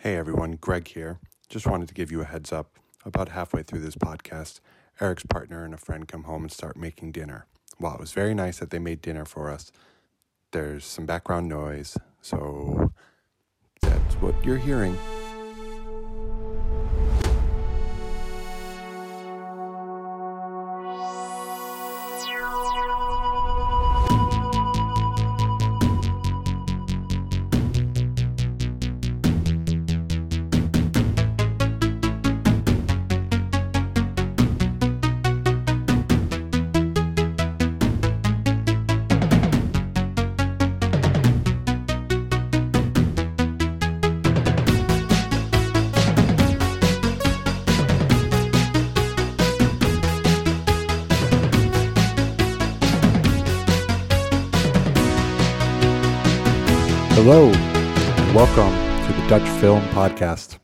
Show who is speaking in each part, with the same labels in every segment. Speaker 1: Hey everyone, Greg here. Just wanted to give you a heads up. About halfway through this podcast, Eric's partner and a friend come home and start making dinner. While it was very nice that they made dinner for us, there's some background noise, so that's what you're hearing. Hello, and welcome to the Dutch Film Podcast.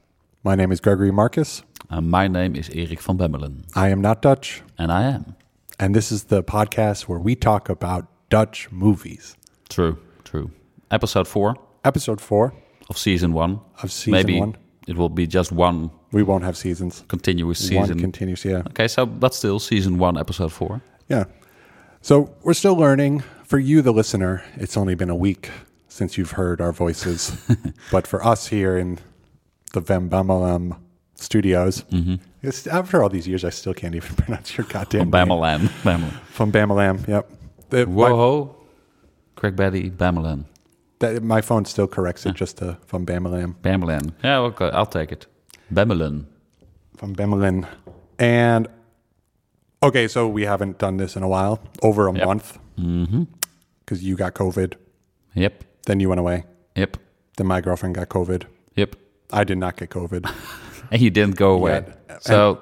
Speaker 1: My name is Gregory Marcus.
Speaker 2: Uh, my name is Erik van Bemmelen,
Speaker 1: I am not Dutch,
Speaker 2: and I am.
Speaker 1: and this is the podcast where we talk about Dutch movies.
Speaker 2: True, true. Episode four
Speaker 1: Episode four
Speaker 2: of season one.
Speaker 1: of season
Speaker 2: Maybe
Speaker 1: one.
Speaker 2: it will be just one
Speaker 1: We won't have seasons.
Speaker 2: continuous
Speaker 1: One
Speaker 2: season.
Speaker 1: continues, yeah.
Speaker 2: okay, so but still season one, episode four.
Speaker 1: Yeah. So we're still learning. For you, the listener, it's only been a week since you've heard our voices. but for us here in the Vembamalem studios,
Speaker 2: Mm-hmm.
Speaker 1: it's, after all these years, I still can't even pronounce your goddamn name.
Speaker 2: Bammelan, Bammelan.
Speaker 1: From Bamalam, yep. It- my,
Speaker 2: Whoa, Craig Betty, Bammelan,
Speaker 1: that, my phone still corrects it just to from Bamalam,
Speaker 2: Bammelan. Yeah, okay, I'll take it. Bammelan.
Speaker 1: from Bamalin. And okay, so we haven't done this in a while, over a month,
Speaker 2: Mm-hmm.
Speaker 1: because you got COVID,
Speaker 2: Yep,
Speaker 1: then you went away,
Speaker 2: yep,
Speaker 1: then my girlfriend got COVID.
Speaker 2: yep.
Speaker 1: I did not get COVID.
Speaker 2: And he didn't go away.
Speaker 1: Yeah, and-
Speaker 2: So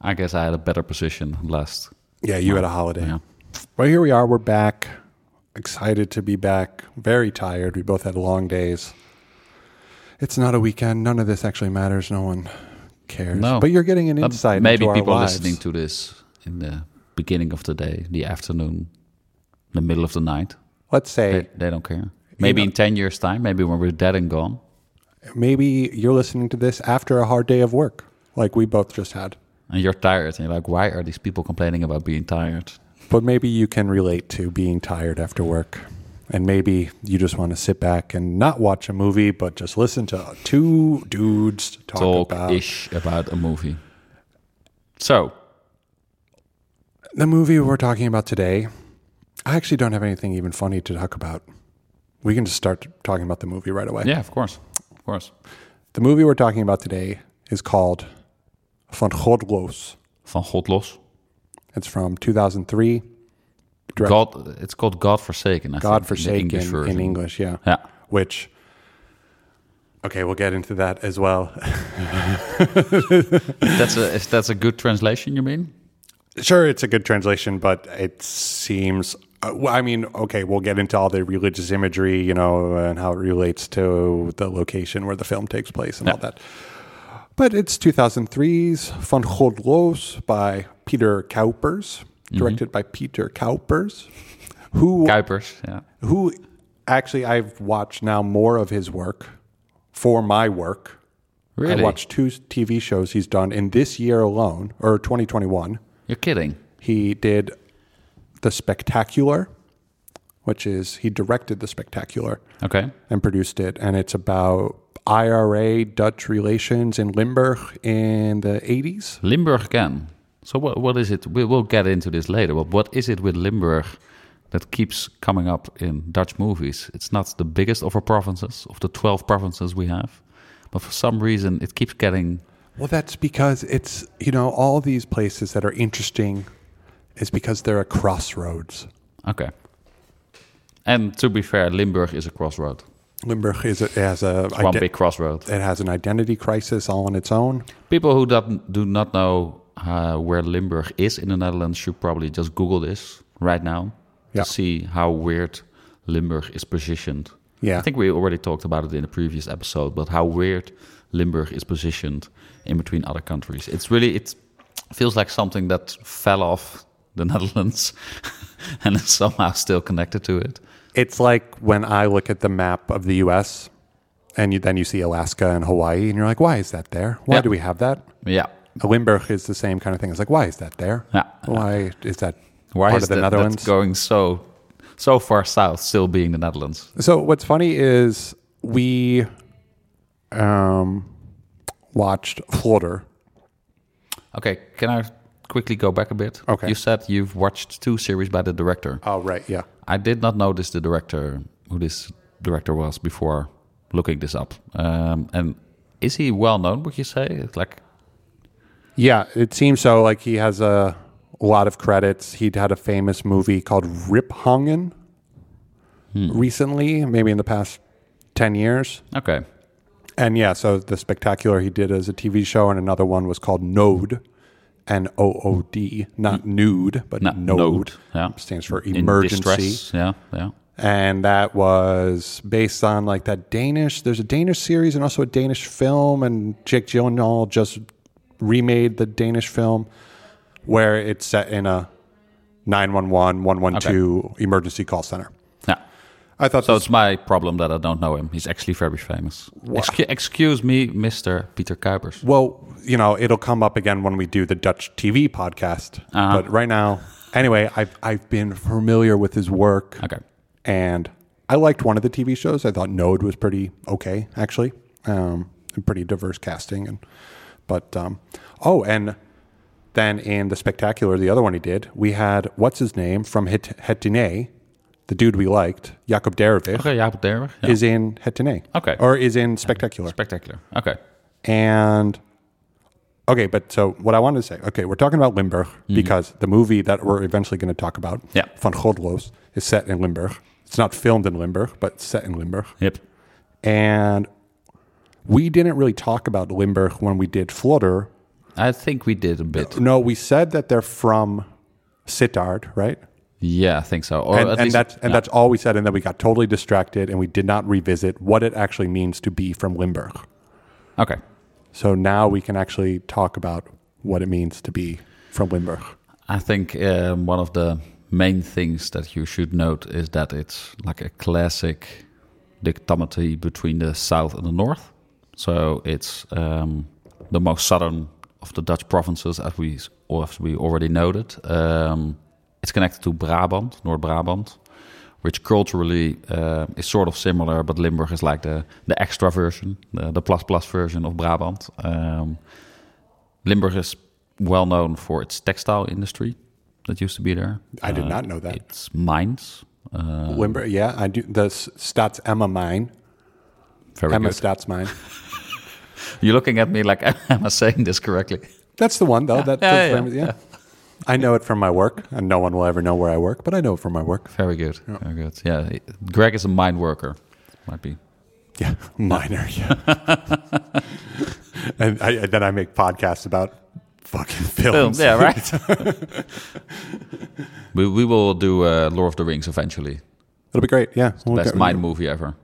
Speaker 2: I guess I had a better position last.
Speaker 1: Yeah, you had a holiday.
Speaker 2: Yeah.
Speaker 1: Well, here we are. We're back. Excited to be back. Very tired. We both had long days. It's not a weekend. None of this actually matters. No one cares.
Speaker 2: No.
Speaker 1: But you're getting an
Speaker 2: Uh,
Speaker 1: insight
Speaker 2: maybe
Speaker 1: into our
Speaker 2: people
Speaker 1: lives.
Speaker 2: listening to this in the beginning of the day, the afternoon, the middle of the night.
Speaker 1: Let's say
Speaker 2: They, they don't care. Maybe in ten years' time, maybe when we're dead and gone.
Speaker 1: maybe you're listening to this after a hard day of work, like we both just had.
Speaker 2: And you're tired, and you're like, why are these people complaining about being tired?
Speaker 1: But maybe you can relate to being tired after work. And maybe you just want to sit back and not watch a movie, but just listen to two dudes talk,
Speaker 2: Talk
Speaker 1: about
Speaker 2: ish about a movie. So,
Speaker 1: The movie we're talking about today, I actually don't have anything even funny to talk about. We can just start talking about the movie right away.
Speaker 2: yeah, of course. Of course.
Speaker 1: The movie we're talking about today is called Van Godloos.
Speaker 2: Van God los.
Speaker 1: It's from 2003, Direct-
Speaker 2: God, it's called God Forsaken, I
Speaker 1: God
Speaker 2: think,
Speaker 1: Forsaken
Speaker 2: in the English version.
Speaker 1: yeah.
Speaker 2: Yeah.
Speaker 1: Which, okay, we'll get into that as well.
Speaker 2: That's a, is that's a good translation, you mean?
Speaker 1: sure, it's a good translation, but it seems. Uh, well, I mean, okay, we'll get into all the religious imagery, you know, and how it relates to the location where the film takes place and all that. But it's 2003's Van Godloos by Peter Kuipers, directed by Peter Kuipers, who
Speaker 2: Kuipers, yeah.
Speaker 1: who actually I've watched now more of his work for my work. I
Speaker 2: Really?
Speaker 1: watched two TV shows he's done in this year alone, or 2021.
Speaker 2: You're kidding.
Speaker 1: He did The Spectacular, which is he directed The Spectacular
Speaker 2: Okay.
Speaker 1: and produced it. And it's about IRA Dutch relations in Limburg in the 80s.
Speaker 2: Limburg can. So what what is it? We will get into this later. But what is it with Limburg that keeps coming up in Dutch movies? It's not the biggest of our provinces, of the twelve provinces we have, but for some reason it keeps getting.
Speaker 1: Well, that's because it's, you know, all these places that are interesting is because they're a crossroads.
Speaker 2: Okay. And to be fair, Limburg is a crossroad.
Speaker 1: Limburg is a, has a
Speaker 2: One
Speaker 1: ide-
Speaker 2: big crossroad.
Speaker 1: it has an identity crisis all on its own.
Speaker 2: People who don't, do not know uh, where Limburg is in the Netherlands should probably just Google this right now
Speaker 1: Yeah.
Speaker 2: to see how weird Limburg is positioned.
Speaker 1: Yeah.
Speaker 2: I think we already talked about it in a previous episode, but how weird Limburg is positioned in between other countries. It's really it feels like something that fell off the Netherlands and is somehow still connected to it.
Speaker 1: It's like when I look at the map of the US and you, then you see Alaska and Hawaii, and you're like, why is that there? Why
Speaker 2: Yeah.
Speaker 1: do we have that?
Speaker 2: Yeah.
Speaker 1: Limburg is the same kind of thing. It's like, why is that there?
Speaker 2: Yeah.
Speaker 1: Why is that
Speaker 2: Why
Speaker 1: part
Speaker 2: is
Speaker 1: of the
Speaker 2: that,
Speaker 1: Netherlands?
Speaker 2: that's going so so far south, still being the Netherlands?
Speaker 1: So what's funny is we um, watched Flutter.
Speaker 2: Okay, can I quickly go back a bit?
Speaker 1: Okay.
Speaker 2: You said you've watched two series by the director.
Speaker 1: Oh right, yeah.
Speaker 2: I did not notice the director who this director was before looking this up. Um, and is he well known? Would you say It's like
Speaker 1: Yeah, it seems so. Like he has a lot of credits. He'd had a famous movie called Rip Hongen
Speaker 2: Hmm.
Speaker 1: recently, maybe in the past ten years.
Speaker 2: okay?
Speaker 1: And yeah, so the spectacular he did as a TV show, and another one was called Node, N O O D, not nude, but
Speaker 2: No-
Speaker 1: Node.
Speaker 2: Node, yeah.
Speaker 1: stands for
Speaker 2: In
Speaker 1: emergency.
Speaker 2: distress. Yeah, yeah.
Speaker 1: and that was based on like that Danish. There's a Danish series and also a Danish film, and Jake Gyllenhaal just remade the Danish film where it's set in a 911 112 emergency call center.
Speaker 2: Yeah.
Speaker 1: I thought
Speaker 2: So
Speaker 1: this,
Speaker 2: it's my problem that I don't know him. He's actually very famous. Excu- excuse me, Mr. Peter Kuipers.
Speaker 1: well, you know, it'll come up again when we do the Dutch TV podcast,
Speaker 2: Uh-huh.
Speaker 1: but right now, anyway, I've I've been familiar with his work.
Speaker 2: Okay.
Speaker 1: and I liked one of the TV shows. I thought Node was pretty okay, actually, um, and pretty diverse casting. And but um, oh, and then in the spectacular, the other one he did, we had what's his name from Het- Hetine, the dude we liked, Jacob Derevich,
Speaker 2: Okay, Jaap Derwig. Yeah.
Speaker 1: is in Hetine.
Speaker 2: Okay.
Speaker 1: or is in spectacular.
Speaker 2: Spectacular. Okay.
Speaker 1: And okay, but so what I wanted to say, okay, we're talking about Limburg because the movie that we're eventually going to talk about,
Speaker 2: Mm-hmm. Yeah.
Speaker 1: Van Godlos, is set in Limburg. It's not filmed in Limburg, but set in Limburg.
Speaker 2: Yep.
Speaker 1: And we didn't really talk about Limburg when we did Flutter.
Speaker 2: I think we did a bit.
Speaker 1: No, we said that they're from Sittard, right?
Speaker 2: Yeah, I think so. Or
Speaker 1: and
Speaker 2: Oh, at
Speaker 1: and
Speaker 2: least,
Speaker 1: that's and that's all we said, and then we got totally distracted, and we did not revisit what it actually means to be from Limburg.
Speaker 2: okay.
Speaker 1: So now we can actually talk about what it means to be from Limburg.
Speaker 2: I think um, one of the main things that you should note is that it's like a classic dichotomy between the south and the north. So it's um, the most southern of the Dutch provinces, as we or as we already noted. Um, it's connected to Brabant, North Brabant, which culturally uh, is sort of similar, but Limburg is like the the extra version, the, the plus plus version of Brabant. Um, Limburg is well known for its textile industry that used to be there.
Speaker 1: I did not know that.
Speaker 2: It's mines. Uh,
Speaker 1: Limburg, yeah, I do. The S- Stats Emma mine,
Speaker 2: very
Speaker 1: Emma
Speaker 2: good.
Speaker 1: Stats mine.
Speaker 2: You're looking at me like, am I saying this correctly?
Speaker 1: That's the one though. That,
Speaker 2: Yeah,
Speaker 1: that's
Speaker 2: yeah,
Speaker 1: famous, yeah. I know it from my work, and no one will ever know where I work, but I know it from my work.
Speaker 2: Very good. Very good. Yeah. Greg is a mine worker. Might be.
Speaker 1: Yeah, minor. Yeah. and, I, and then I make podcasts about fucking films.
Speaker 2: yeah, right. we, we will do uh, Lord of the Rings eventually.
Speaker 1: It'll be great. Yeah, We'll
Speaker 2: Best
Speaker 1: get-
Speaker 2: mine movie ever.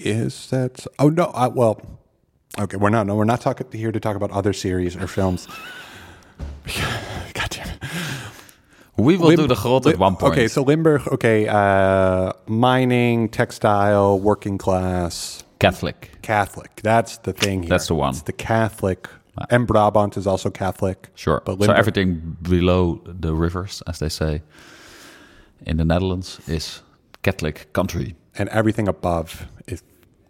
Speaker 1: Is that? Oh no. I, well, okay. We're not. No, we're not talking here to talk about other series or films. God damn it.
Speaker 2: We will do
Speaker 1: Lim-
Speaker 2: the grot at
Speaker 1: Lim-
Speaker 2: one point.
Speaker 1: Okay, so Limburg. Okay, uh, mining, textile, working class,
Speaker 2: Catholic.
Speaker 1: Catholic. That's the thing. Here.
Speaker 2: That's the one.
Speaker 1: It's the Catholic. And Brabant is also Catholic.
Speaker 2: Sure.
Speaker 1: But
Speaker 2: so
Speaker 1: Limburg-
Speaker 2: everything below the rivers, as they say in the Netherlands, is Catholic country.
Speaker 1: and everything above is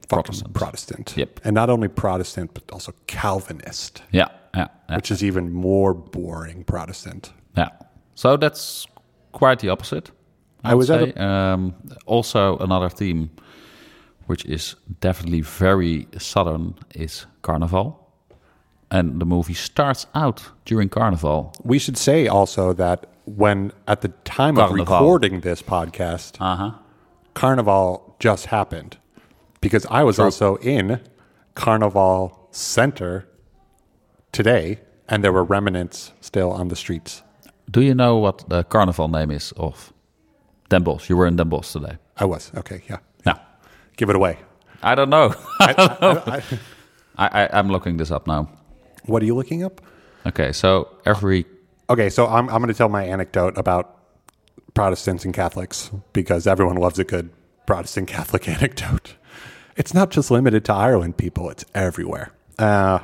Speaker 1: fucking
Speaker 2: Protestant.
Speaker 1: Protestant.
Speaker 2: Yep.
Speaker 1: And not only Protestant, but also Calvinist,
Speaker 2: Yeah, yeah, yeah,
Speaker 1: which is even more boring Protestant.
Speaker 2: yeah. So that's quite the opposite.
Speaker 1: I was at
Speaker 2: say. um, also another theme, which is definitely very southern, is Carnival, and the movie starts out during Carnival.
Speaker 1: We should say also that when at the time
Speaker 2: Carnival.
Speaker 1: of recording this podcast,
Speaker 2: Uh huh.
Speaker 1: Carnival just happened because I was also in Carnival Center today, and there were remnants still on the streets.
Speaker 2: Do you know what the Carnival name is of Den Bosch? You were in Den Bosch today.
Speaker 1: I was okay. Yeah,
Speaker 2: No,
Speaker 1: give it away.
Speaker 2: I don't know.
Speaker 1: I, I- I-
Speaker 2: I, I, I'm looking this up now.
Speaker 1: what are you looking up?
Speaker 2: Okay, so every
Speaker 1: Okay, so I'm, I'm going to tell my anecdote about Protestants and Catholics because everyone loves a good Protestant Catholic anecdote. it's not just limited to Ireland, people. It's everywhere. Uh,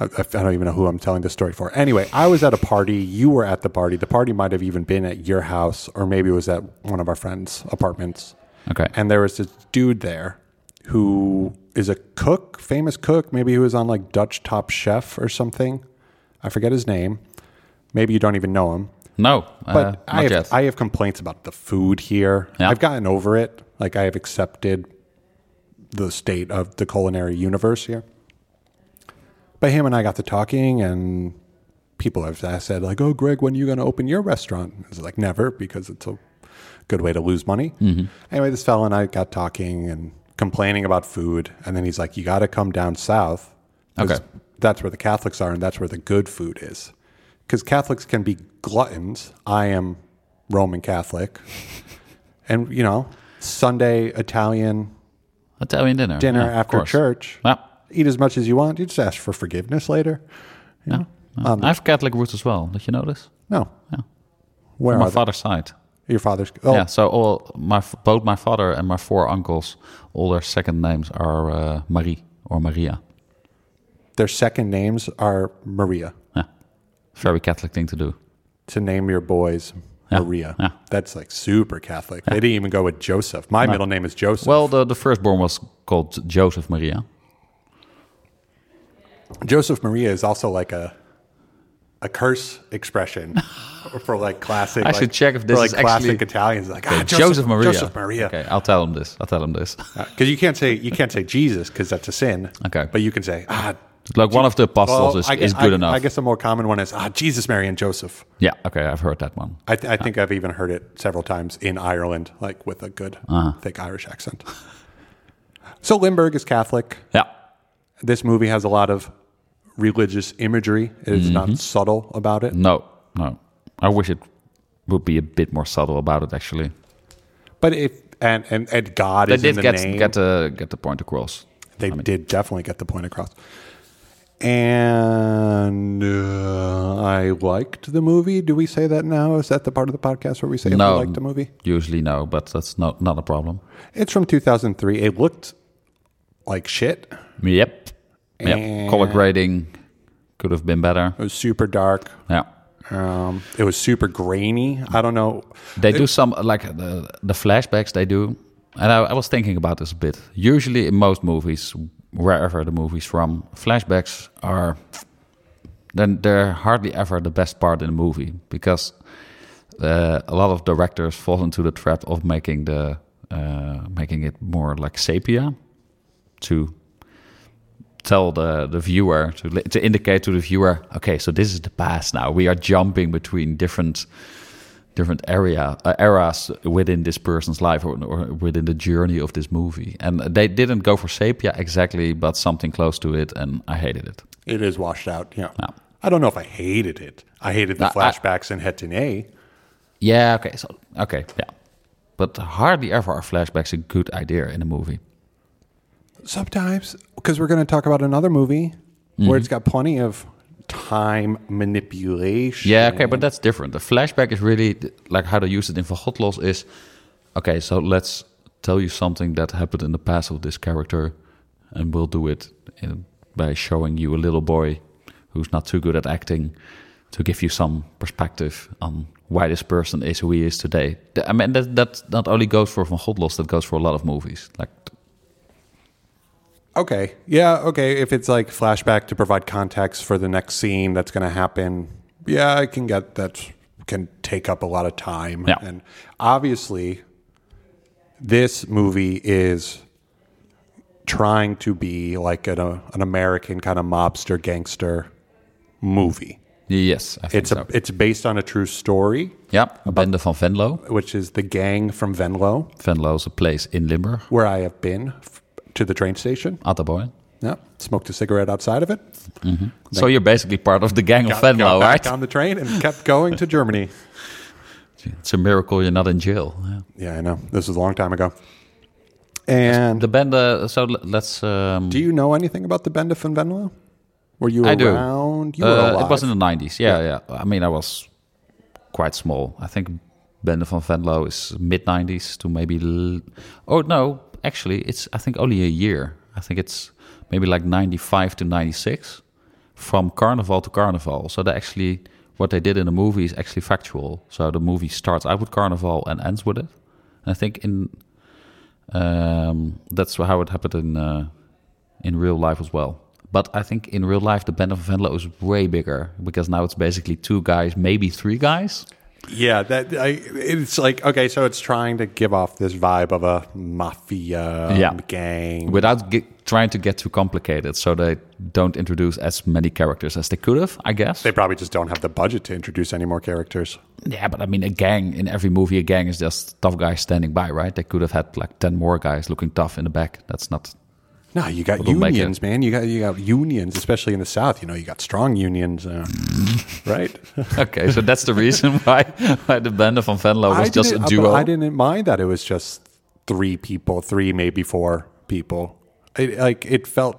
Speaker 1: I, I don't even know who I'm telling this story for. Anyway, I was at a party. You were at the party. The party might have even been at your house, or maybe it was at one of our friends' apartments.
Speaker 2: Okay.
Speaker 1: And there was this dude there who is a cook, famous cook. Maybe he was on like Dutch Top Chef or something. I forget his name. Maybe you don't even know him.
Speaker 2: no,
Speaker 1: But
Speaker 2: uh,
Speaker 1: I,
Speaker 2: not
Speaker 1: have,
Speaker 2: yet.
Speaker 1: I have complaints about the food here.
Speaker 2: Yeah.
Speaker 1: I've gotten over it. Like I have accepted the state of the culinary universe here. But him and I got to talking, and people have I said like, "Oh, Greg, when are you going to open your restaurant?" I was like, "Never," because it's a good way to lose money.
Speaker 2: Mm-hmm.
Speaker 1: Anyway, this fella and I got talking and complaining about food, and then he's like, "You got to come down south." 'cause
Speaker 2: Okay.
Speaker 1: that's where the Catholics are, and that's where the good food is. Because Catholics can be gluttons. I am Roman Catholic, and you know, Sunday Italian
Speaker 2: Italian dinner.
Speaker 1: dinner
Speaker 2: yeah, of
Speaker 1: after
Speaker 2: course.
Speaker 1: church.
Speaker 2: Yeah.
Speaker 1: Eat as much as you want. You just ask for forgiveness later.
Speaker 2: Yeah. yeah. I have Catholic roots as well. Did you notice?
Speaker 1: No. Where
Speaker 2: My
Speaker 1: are
Speaker 2: father's side.
Speaker 1: they? your father's? Oh,
Speaker 2: Yeah. So all my f- both my father and my four uncles, all their second names are uh, Marie or Maria.
Speaker 1: their second names are Maria.
Speaker 2: Yeah. Very Catholic thing to do.
Speaker 1: To name your boys
Speaker 2: Yeah,
Speaker 1: Maria.
Speaker 2: yeah.
Speaker 1: That's like super Catholic. They didn't even go with Joseph. My middle name is Joseph.
Speaker 2: Well, the, the firstborn was called Joseph Maria.
Speaker 1: Joseph Maria is also like a a curse expression for like classic.
Speaker 2: I should
Speaker 1: like-
Speaker 2: check if
Speaker 1: for
Speaker 2: this
Speaker 1: like
Speaker 2: is
Speaker 1: classic
Speaker 2: actually-
Speaker 1: Italians. Like ah,
Speaker 2: Okay,
Speaker 1: Joseph,
Speaker 2: Joseph Maria.
Speaker 1: Joseph Maria.
Speaker 2: Okay, I'll tell him this. I'll tell him this.
Speaker 1: Because you can't say you can't say Jesus because that's a sin.
Speaker 2: Okay.
Speaker 1: but you can say ah.
Speaker 2: Like one of the apostles
Speaker 1: Well,
Speaker 2: is,
Speaker 1: I guess,
Speaker 2: is good
Speaker 1: I,
Speaker 2: enough.
Speaker 1: I guess the more common one is ah Jesus, Mary, and Joseph.
Speaker 2: Yeah. Okay, I've heard that one.
Speaker 1: I, th- I think I've even heard it several times in Ireland, like with a good
Speaker 2: Uh-huh.
Speaker 1: thick Irish accent. So Lindbergh is Catholic.
Speaker 2: Yeah.
Speaker 1: This movie has a lot of religious imagery. It is
Speaker 2: Mm-hmm.
Speaker 1: not subtle about it.
Speaker 2: No. No. I wish it would be a bit more subtle about it. Actually,
Speaker 1: But if and and, and God
Speaker 2: they
Speaker 1: is in
Speaker 2: did
Speaker 1: the
Speaker 2: get
Speaker 1: name.
Speaker 2: get the get the point across.
Speaker 1: they did definitely get the point across. And uh, I liked the movie. Do we say that now? Is that the part of the podcast where we say
Speaker 2: No.
Speaker 1: I liked the movie?
Speaker 2: Usually no, but that's not not a problem.
Speaker 1: It's from 2003. It looked like shit.
Speaker 2: Yep. Yep. Color grading could have been better.
Speaker 1: It was super dark.
Speaker 2: Yeah.
Speaker 1: Um, it was super grainy. I don't know.
Speaker 2: They do some like the the flashbacks they do, and I, I was thinking about this a bit. Usually in most movies, wherever the movie's from, flashbacks are then they're hardly ever the best part in the movie because uh, a lot of directors fall into the trap of making the uh, making it more like sepia to tell the, the viewer to li- to indicate to the viewer okay so this is the past now we are jumping between different different area uh, eras within this person's life or, or within the journey of this movie and they didn't go for sepia exactly but something close to it and i hated it
Speaker 1: It is washed out. Yeah. I don't know if I hated it. I hated the
Speaker 2: No, I-
Speaker 1: flashbacks in Hetinet.
Speaker 2: Yeah, okay. So okay, yeah. But hardly ever are flashbacks a good idea in a movie.
Speaker 1: Sometimes, because we're going to talk about another movie
Speaker 2: Mm-hmm.
Speaker 1: where it's got plenty of time manipulation.
Speaker 2: Yeah, okay, but that's different. The flashback is really th- like how they use it in Vergodlos is okay, so let's tell you something that happened in the past of this character and we'll do it in, by showing you a little boy who's not too good at acting to give you some perspective on why this person is who he is today. Th- I mean that that not only goes for Van Godlos, that goes for a lot of movies. Like
Speaker 1: Okay. Yeah. Okay. If it's like flashback to provide context for the next scene that's going to happen, yeah, I can get that can take up a lot of time.
Speaker 2: Yeah.
Speaker 1: And obviously, this movie is trying to be like an, uh, an American kind of mobster gangster movie.
Speaker 2: yes, I think
Speaker 1: It's
Speaker 2: so.
Speaker 1: a, it's based on a true story,
Speaker 2: Yeah, Bende van Venlo.
Speaker 1: which is the gang from Venlo,
Speaker 2: Venlo is a place in Limburg.
Speaker 1: where I have been f- to the train station.
Speaker 2: Atterboy.
Speaker 1: Yeah, smoked a cigarette outside of it.
Speaker 2: So you're basically part of the gang of
Speaker 1: got,
Speaker 2: Venlo,
Speaker 1: got back
Speaker 2: right?
Speaker 1: on the train and kept going to Germany.
Speaker 2: It's a miracle you're not in jail. Yeah.
Speaker 1: Yeah, I know. This was a long time ago. And
Speaker 2: The Bende, so l- let's. Um,
Speaker 1: do you know anything about the Bende van Venlo? Were you
Speaker 2: I do.
Speaker 1: around? You were
Speaker 2: uh,
Speaker 1: alive.
Speaker 2: it was in the 90s. Yeah, yeah, I mean, I was quite small. I think Bende van Venlo is mid 90s to maybe. L- oh, no, actually it's I think only a year. I think it's maybe like 95 to 96 from carnival to carnival. So they actually what they did in the movie is actually factual. So the movie starts out with carnival and ends with it. And I think in um, that's how it happened in uh, in real life as well. But I think in real life the band of Venlo is way bigger because now it's basically two guys, maybe three guys.
Speaker 1: Yeah, that I, it's like okay, so it's trying to give off this vibe of a mafia
Speaker 2: Yeah.
Speaker 1: gang.
Speaker 2: without ge- trying to get too complicated. So they don't introduce as many characters as they could have, I guess.
Speaker 1: They probably just don't have the budget to introduce any more characters.
Speaker 2: yeah, but I mean, a gang in every movie, a gang is just tough guys standing by, right? They could have had like ten more guys looking tough in the back. That's not.
Speaker 1: No, you got
Speaker 2: don't make
Speaker 1: unions, man. You got you got unions, especially in the South. You know, you got strong unions, uh, right?
Speaker 2: Okay, so that's the reason why, why the band of Van Venlo was just a
Speaker 1: didn't-
Speaker 2: duo.
Speaker 1: I didn't mind that it was just three people, three maybe four people. It, like it felt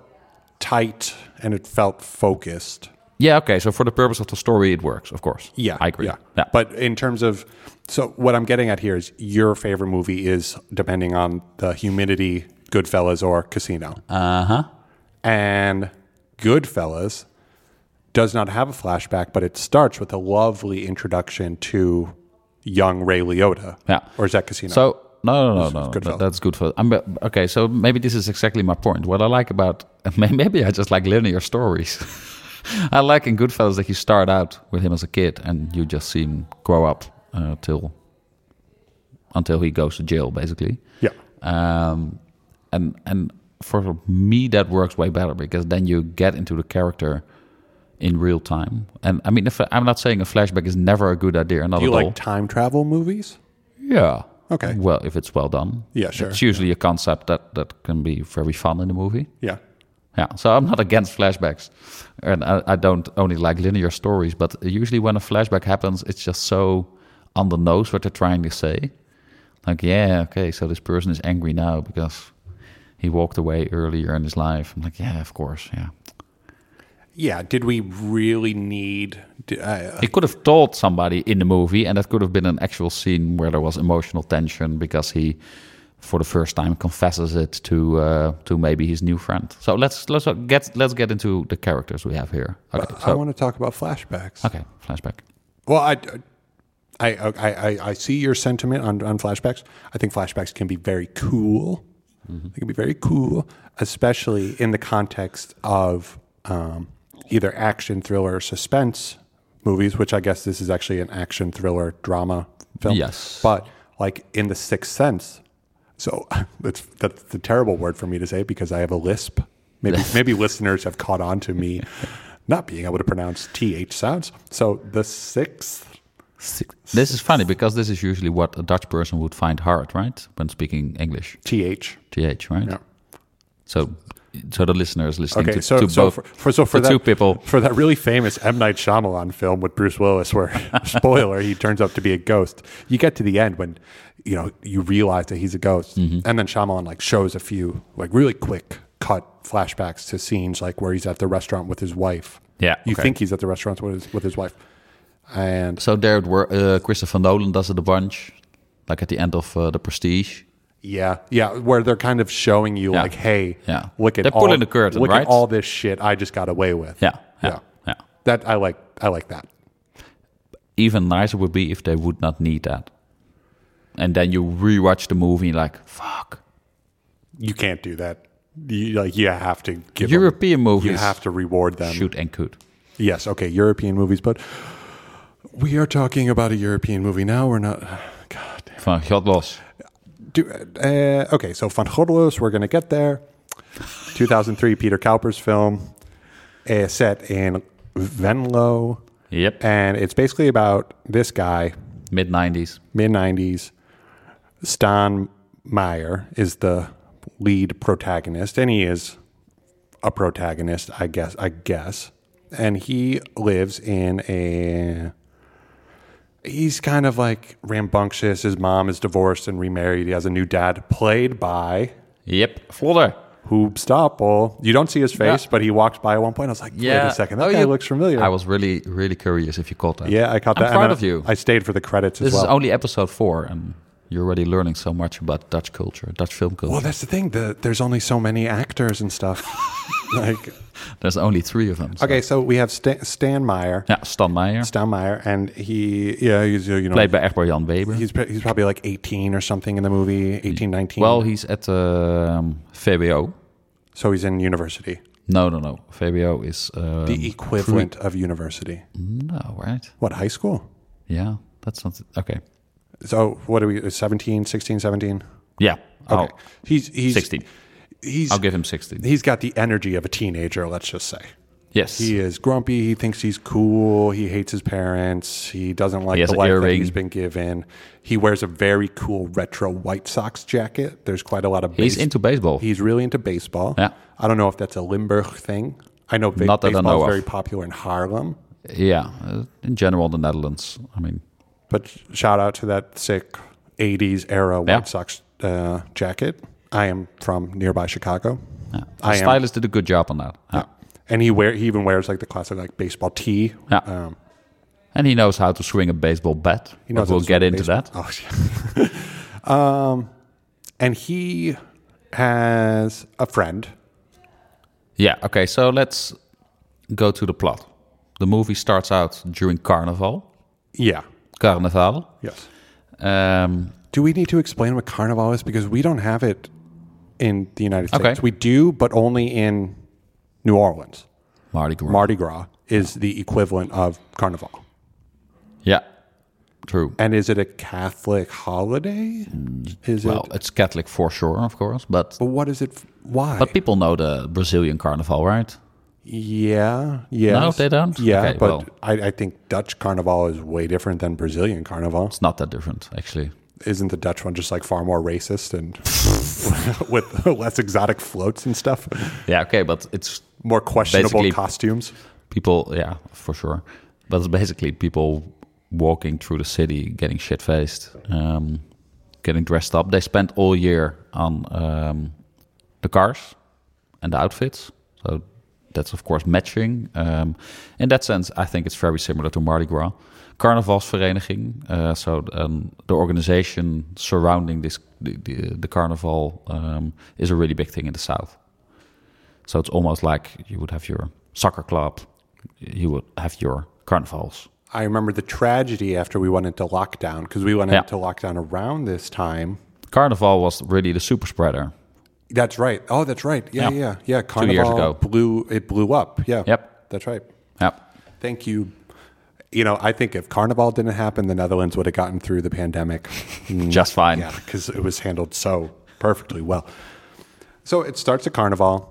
Speaker 1: tight and it felt focused.
Speaker 2: yeah, okay. So for the purpose of the story, it works, of course.
Speaker 1: Yeah,
Speaker 2: I agree.
Speaker 1: Yeah.
Speaker 2: yeah.
Speaker 1: But in terms of, so what I'm getting at here is your favorite movie is depending on the humidity, Goodfellas or Casino,
Speaker 2: uh huh.
Speaker 1: and Goodfellas does not have a flashback, but it starts with a lovely introduction to young Ray Liotta.
Speaker 2: Yeah.
Speaker 1: Or is that Casino?
Speaker 2: So no, no, no, no.
Speaker 1: good
Speaker 2: that-
Speaker 1: film.
Speaker 2: that's good for. I'm, okay, so maybe this is exactly my point. What I like about maybe I just like linear stories. I like in Goodfellas that you start out with him as a kid and you just see him grow up uh, till until he goes to jail, basically.
Speaker 1: yeah.
Speaker 2: Um, and and for me that works way better because then you get into the character in real time. And I mean, if, I'm not saying a flashback is never a good idea. Not
Speaker 1: Do you
Speaker 2: at all.
Speaker 1: like time travel movies?
Speaker 2: Yeah.
Speaker 1: Okay.
Speaker 2: Well, if it's well done.
Speaker 1: Yeah, sure.
Speaker 2: It's usually a concept that, that can be very fun in a movie.
Speaker 1: Yeah.
Speaker 2: Yeah. So I'm not against flashbacks. And I, I don't only like linear stories, but usually when a flashback happens, it's just so on the nose what they're trying to say. Like, yeah, okay, so this person is angry now because he walked away earlier in his life. I'm like, yeah, of course. Yeah.
Speaker 1: Yeah. Did we really need? d- I-
Speaker 2: He could have told somebody in the movie, and that could have been an actual scene where there was emotional tension because he, for the first time, confesses it to uh, to maybe his new friend. So let's let's get let's get into the characters we have here. Okay,
Speaker 1: I
Speaker 2: so,
Speaker 1: want to talk about flashbacks.
Speaker 2: okay, flashback.
Speaker 1: Well, I, I, I, I, I see your sentiment on, on flashbacks. I think flashbacks can be very cool. They can be very cool, especially in the context of um, either action, thriller, or suspense movies, which I guess this is actually an action, thriller, drama film.
Speaker 2: Yes.
Speaker 1: But like in The Sixth Sense, so that's that's the terrible word for me to say because I have a lisp. Maybe maybe listeners have caught on to me not being able to pronounce th sounds. So the sixth,
Speaker 2: This is funny because this is usually what a Dutch person would find hard, right, when speaking English.
Speaker 1: th.
Speaker 2: Th, right?
Speaker 1: Yeah.
Speaker 2: So, so the listener is listening
Speaker 1: Okay,
Speaker 2: to,
Speaker 1: so
Speaker 2: to
Speaker 1: so
Speaker 2: both
Speaker 1: for, for so for
Speaker 2: to
Speaker 1: that
Speaker 2: two people.
Speaker 1: for that really famous M Night Shyamalan film with Bruce Willis, where spoiler he turns out to be a ghost. You get to the end when you know you realize that he's a ghost,
Speaker 2: Mm-hmm.
Speaker 1: and then Shyamalan like shows a few like really quick cut flashbacks to scenes like where he's at the restaurant with his wife.
Speaker 2: Yeah,
Speaker 1: you
Speaker 2: okay.
Speaker 1: think he's at the restaurant with his, with his wife, and
Speaker 2: So there it were. Uh, Christopher Nolan does it a bunch, like at the end of uh, the Prestige.
Speaker 1: yeah, yeah, where they're kind of showing you
Speaker 2: Yeah.
Speaker 1: like, hey,
Speaker 2: Yeah.
Speaker 1: look at
Speaker 2: They're
Speaker 1: all,
Speaker 2: pulling the curtain,
Speaker 1: look
Speaker 2: right?
Speaker 1: at all this shit I just got away with.
Speaker 2: Yeah, yeah,
Speaker 1: Yeah.
Speaker 2: yeah.
Speaker 1: that I like. I like that.
Speaker 2: Even nicer would be if they would not need that. And then you rewatch the movie like, fuck.
Speaker 1: you can't do that. You, like you have to give them-
Speaker 2: European movies
Speaker 1: you have to reward them.
Speaker 2: should and could.
Speaker 1: Yes, okay, European movies, but we are talking about a European movie now. We're not. God damn.
Speaker 2: Van God los.
Speaker 1: Do, uh, okay, so Van Gordelos, we're going to get there. 2003 Peter Cowper's film, uh, set in Venlo,
Speaker 2: Yep.
Speaker 1: and it's basically about this guy,
Speaker 2: Mid 90s.
Speaker 1: mid 90s. Stan Meyer is the lead protagonist, and he is a protagonist, I guess. I guess, and he lives in a. He's kind of like rambunctious. His mom is divorced and remarried. He has a new dad, played by
Speaker 2: Yep. Vlodder.
Speaker 1: Hoopstapel. You don't see his face, but he walked by at one point. I was like,
Speaker 2: Yeah.
Speaker 1: wait a second, that
Speaker 2: Oh,
Speaker 1: guy
Speaker 2: you-
Speaker 1: looks familiar.
Speaker 2: I was really, really curious if you caught that.
Speaker 1: yeah, I caught
Speaker 2: I'm
Speaker 1: that. and
Speaker 2: proud
Speaker 1: I-
Speaker 2: of you.
Speaker 1: I stayed for the credits
Speaker 2: this
Speaker 1: as well.
Speaker 2: is only episode four. And You're already learning so much about Dutch culture, Dutch film culture.
Speaker 1: Well, that's the thing. The, there's only so many actors and stuff. like,
Speaker 2: There's only three of them. so-
Speaker 1: okay, so we have Stan, Stan Meyer,
Speaker 2: Yeah, Stan Meijer,
Speaker 1: Stan Meyer, and he, yeah, he's uh, you know,
Speaker 2: played by Egbert Jan Weber.
Speaker 1: he's pr- he's probably like 18 or something in the movie, 18, 19.
Speaker 2: well, he's at um, VBO.
Speaker 1: so he's in university,
Speaker 2: No, no, no. VBO is um,
Speaker 1: the equivalent of university.
Speaker 2: No, right?
Speaker 1: What high school?
Speaker 2: Yeah, that's not okay.
Speaker 1: So what are we? 17, 16, 17?
Speaker 2: Yeah, I'll-
Speaker 1: Okay. He's he's
Speaker 2: 16.
Speaker 1: He's
Speaker 2: Oh, I'll give him 16.
Speaker 1: he's got the energy of a teenager. Let's just say.
Speaker 2: Yes,
Speaker 1: He is grumpy. He thinks he's cool. He hates his parents. He doesn't like
Speaker 2: He has
Speaker 1: the
Speaker 2: an
Speaker 1: life that
Speaker 2: earring.
Speaker 1: he's been given. He wears a very cool retro White Sox jacket. There's quite a lot of.
Speaker 2: he's
Speaker 1: base-
Speaker 2: into baseball.
Speaker 1: He's really into baseball.
Speaker 2: Yeah.
Speaker 1: I don't know if that's a Limburg thing. I know ba-
Speaker 2: Not that I
Speaker 1: baseball
Speaker 2: know
Speaker 1: is
Speaker 2: of.
Speaker 1: very popular in Harlem.
Speaker 2: yeah, uh, in general, the Netherlands. I mean,
Speaker 1: But shout out to that sick '80s era White
Speaker 2: Yeah.
Speaker 1: Sox uh, jacket. I am from nearby Chicago.
Speaker 2: yeah.
Speaker 1: I
Speaker 2: the
Speaker 1: am-
Speaker 2: stylist did a good job on that, Yeah.
Speaker 1: And he wear he even wears like the classic like baseball tee.
Speaker 2: Yeah.
Speaker 1: Um,
Speaker 2: and he knows how to swing a baseball bat.
Speaker 1: he knows
Speaker 2: But we'll
Speaker 1: it's
Speaker 2: get
Speaker 1: not
Speaker 2: into
Speaker 1: baseball.
Speaker 2: that.
Speaker 1: Oh, yeah. um, and he has a friend.
Speaker 2: Yeah. Okay. So let's go to the plot. The movie starts out during Carnival.
Speaker 1: Yeah.
Speaker 2: Carnaval.
Speaker 1: Yes.
Speaker 2: Um,
Speaker 1: Do we need to explain what carnival is because we don't have it in the United States?
Speaker 2: Okay.
Speaker 1: We do, but only in New Orleans.
Speaker 2: Mardi Gras.
Speaker 1: Mardi Gras is the equivalent of carnival.
Speaker 2: yeah. True.
Speaker 1: And is it a Catholic holiday? Is
Speaker 2: Well,
Speaker 1: it?
Speaker 2: it's Catholic for sure, of course, but
Speaker 1: But what is it? f- Why?
Speaker 2: but people know the Brazilian Carnival, right?
Speaker 1: Yeah, yeah.
Speaker 2: No, they don't?
Speaker 1: Yeah,
Speaker 2: Okay,
Speaker 1: but
Speaker 2: well.
Speaker 1: I, I think Dutch carnival is way different than Brazilian carnival.
Speaker 2: It's not that different, actually.
Speaker 1: Isn't the Dutch one just like far more racist and with less exotic floats and stuff,
Speaker 2: Yeah. Okay, but it's
Speaker 1: more questionable
Speaker 2: Basically-
Speaker 1: costumes?
Speaker 2: people. Yeah, for sure. But it's basically people walking through the city, getting shit faced, um, getting dressed up. They spend all year on um, the cars and the outfits. So that's of course matching. Um, in that sense, I think it's very similar to Mardi Gras. Carnavalsvereniging, uh, so um, the organization surrounding this the, the, the carnival um, is a really big thing in the south. So it's almost like you would have your soccer club, you would have your carnivals.
Speaker 1: I remember the tragedy after we went into lockdown because we went
Speaker 2: Yeah.
Speaker 1: into lockdown around this time.
Speaker 2: Carnival was really the super spreader.
Speaker 1: That's right. Oh, that's right. Yeah,
Speaker 2: Yeah.
Speaker 1: yeah, yeah. Carnival
Speaker 2: years ago.
Speaker 1: blew it blew up. Yeah.
Speaker 2: Yep.
Speaker 1: That's right.
Speaker 2: Yep.
Speaker 1: Thank you. You know, I think if Carnival didn't happen, the Netherlands would have gotten through the pandemic. Mm,
Speaker 2: Just fine.
Speaker 1: Yeah,
Speaker 2: Yeah.
Speaker 1: because it was handled so perfectly well. So it starts at Carnival,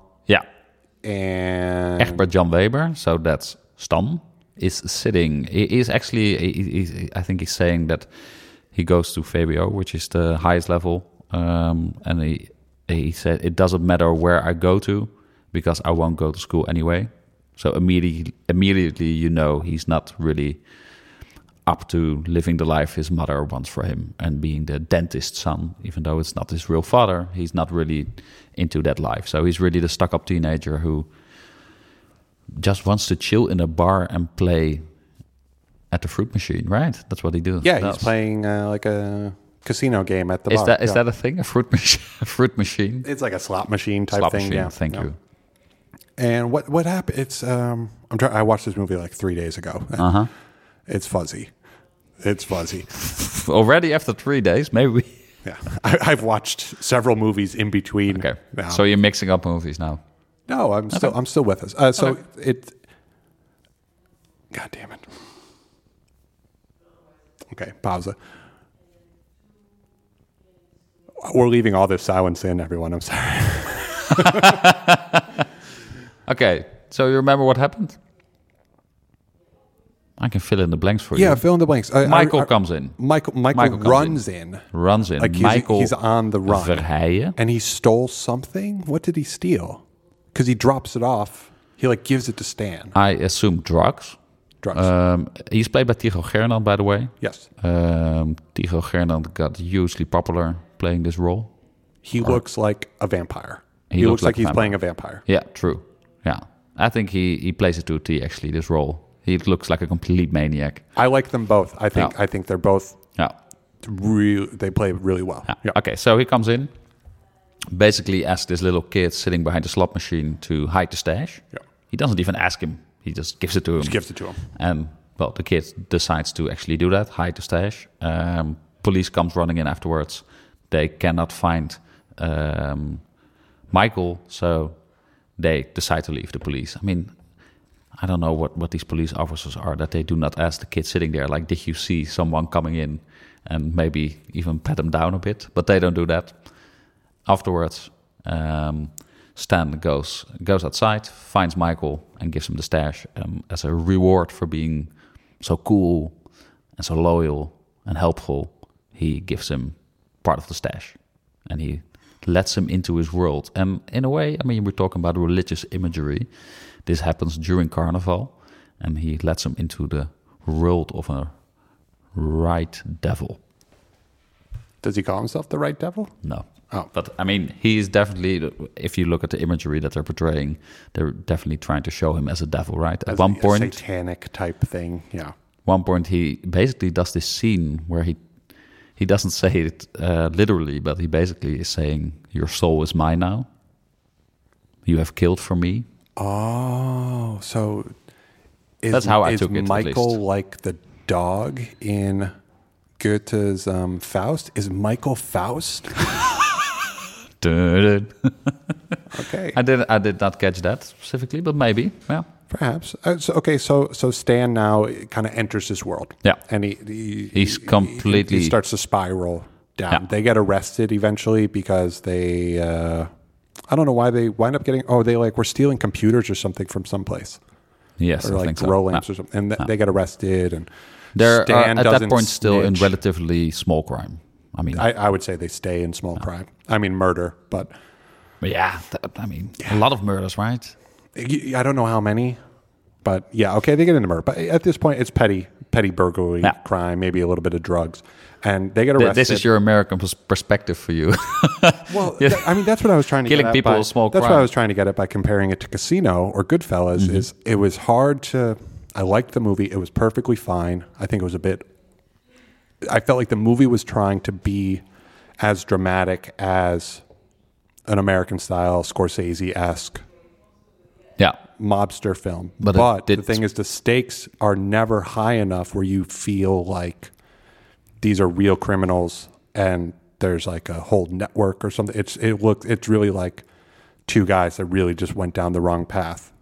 Speaker 1: and
Speaker 2: Egbert Jan Weber, so that's Stam, is sitting. He is actually, he, he- he- I think he's saying that he goes to Fabio, which is the highest level. Um, and he, he said, it doesn't matter where I go to because I won't go to school anyway. So immediately, immediately, you know, he's not really up to living the life his mother wants for him and being the dentist's son, even though it's not his real father. He's not really into that life. So he's really the stuck up teenager who just wants to chill in a bar and play at the fruit machine, right? That's what he do.
Speaker 1: yeah,
Speaker 2: does.
Speaker 1: he's playing uh, like a casino game at the
Speaker 2: Is
Speaker 1: bar.
Speaker 2: that is
Speaker 1: Yeah.
Speaker 2: that a thing? A fruit machine? A fruit machine?
Speaker 1: It's like a slot machine type
Speaker 2: Slot
Speaker 1: thing.
Speaker 2: machine.
Speaker 1: yeah,
Speaker 2: Thank
Speaker 1: yeah.
Speaker 2: you.
Speaker 1: And what what happened? It's um, I'm trying. I watched this movie like three days ago.
Speaker 2: Uh huh.
Speaker 1: It's fuzzy. It's fuzzy.
Speaker 2: Already after three days, maybe. we-
Speaker 1: Yeah, I, I've watched several movies in between.
Speaker 2: Okay.
Speaker 1: now.
Speaker 2: So you're mixing up movies now.
Speaker 1: No, I'm still I'm still with us. Uh, so it. God damn it. Okay, pause. it. We're leaving all this silence in, everyone. I'm sorry.
Speaker 2: Okay. So you remember what happened? I can fill in the blanks for
Speaker 1: Yeah,
Speaker 2: you.
Speaker 1: fill in the blanks. I- I-
Speaker 2: Michael
Speaker 1: I-
Speaker 2: comes in,
Speaker 1: Michael. Michael,
Speaker 2: Michael comes in.
Speaker 1: runs in.
Speaker 2: runs in.
Speaker 1: Like he's,
Speaker 2: Michael
Speaker 1: he's on the run,
Speaker 2: Verheijen.
Speaker 1: and he stole something. What did he steal? Because he drops it off. He like gives it to Stan.
Speaker 2: I assume drugs.
Speaker 1: Drugs.
Speaker 2: Um, he's played by Tycho Gernan, by the way.
Speaker 1: yes.
Speaker 2: Um, Tycho Gernan got hugely popular playing this role.
Speaker 1: He looks like a vampire.
Speaker 2: uh, He
Speaker 1: He, looks,
Speaker 2: looks
Speaker 1: like, he's
Speaker 2: like a vampire.
Speaker 1: playing a vampire.
Speaker 2: Yeah, true. Yeah, I think he, he plays it to a T. Actually, this role, he looks like a complete maniac.
Speaker 1: I like them both. I think
Speaker 2: Yeah.
Speaker 1: I think they're both
Speaker 2: Yeah,
Speaker 1: real, they play really well.
Speaker 2: Yeah. Okay, so he comes in, basically asks this little kid sitting behind the slot machine to hide the stash.
Speaker 1: Yeah.
Speaker 2: He doesn't even ask him; he just gives it to him.
Speaker 1: Just gives it to him.
Speaker 2: And Um, well, the kid decides to actually do that, hide the stash. Um, police comes running in afterwards. They cannot find um, Michael, so they decide to leave the police. I mean, I don't know what, what these police officers are that they do not ask the kid sitting there, like, did you see someone coming in? And maybe even pat him down a bit, but they don't do that. Afterwards, um, Stan goes goes outside, finds Michael, and gives him the stash um, as a reward for being so cool and so loyal and helpful. He gives him part of the stash, and he lets him into his world. And in a way, I mean, we're talking about religious imagery. This happens during Carnival, and he lets him into the world of a right devil.
Speaker 1: Does he call himself the right devil?
Speaker 2: No.
Speaker 1: Oh.
Speaker 2: But I mean, he is definitely, if you look at the imagery that they're portraying, they're definitely trying to show him as a devil, right? At
Speaker 1: As
Speaker 2: one
Speaker 1: a
Speaker 2: point,
Speaker 1: satanic type thing. Yeah.
Speaker 2: one point, he basically does this scene where he he doesn't say it uh, literally, but he basically is saying, "Your soul is mine now. You have killed for me."
Speaker 1: Oh, so is,
Speaker 2: That's how I
Speaker 1: is
Speaker 2: took it, at
Speaker 1: Michael
Speaker 2: least.
Speaker 1: like the dog in Goethe's um, Faust? Is Michael Faust?
Speaker 2: Dun-dun.
Speaker 1: Okay,
Speaker 2: I did I did not catch that specifically, but maybe, yeah.
Speaker 1: perhaps. Uh, so, okay, so so Stan now kind of enters this world.
Speaker 2: Yeah.
Speaker 1: and he, he
Speaker 2: He's
Speaker 1: he-
Speaker 2: completely-
Speaker 1: he starts to spiral down.
Speaker 2: Yeah.
Speaker 1: They get arrested eventually because they. Uh, I don't know why they wind up getting. Oh, they like were stealing computers or something from someplace,
Speaker 2: Yes,
Speaker 1: or
Speaker 2: I
Speaker 1: like
Speaker 2: think so.
Speaker 1: grow
Speaker 2: Yeah.
Speaker 1: lamps or something, and th- they get arrested. And
Speaker 2: They're uh,
Speaker 1: Stan
Speaker 2: at that
Speaker 1: doesn't
Speaker 2: point still in
Speaker 1: snitch.
Speaker 2: relatively small crime. I mean,
Speaker 1: I, I would say they stay in small crime. I mean, murder, but
Speaker 2: But yeah, th- I mean, a lot of murders, right?
Speaker 1: y- I don't know how many. But yeah, okay, they get into murder. But at this point, it's petty, petty burglary
Speaker 2: Yeah.
Speaker 1: crime, maybe a little bit of drugs, and they get
Speaker 2: Th-
Speaker 1: arrested.
Speaker 2: This is your American pers- perspective for you.
Speaker 1: well. th- I mean, that's what I was trying to
Speaker 2: Killing
Speaker 1: get at
Speaker 2: people
Speaker 1: by-
Speaker 2: is small
Speaker 1: That's
Speaker 2: crime. Mm-hmm.
Speaker 1: what I was trying to get at by comparing it to Casino or Goodfellas. Is it was hard to. I liked the movie. It was perfectly fine. I think it was a bit. I felt like the movie was trying to be as dramatic as an American style Scorsese esque
Speaker 2: yeah,
Speaker 1: mobster film.
Speaker 2: But
Speaker 1: But,
Speaker 2: it
Speaker 1: the
Speaker 2: did-
Speaker 1: thing is, the stakes are never high enough where you feel like these are real criminals and there's like a whole network or something. It's it look it's really like two guys that really just went down the wrong path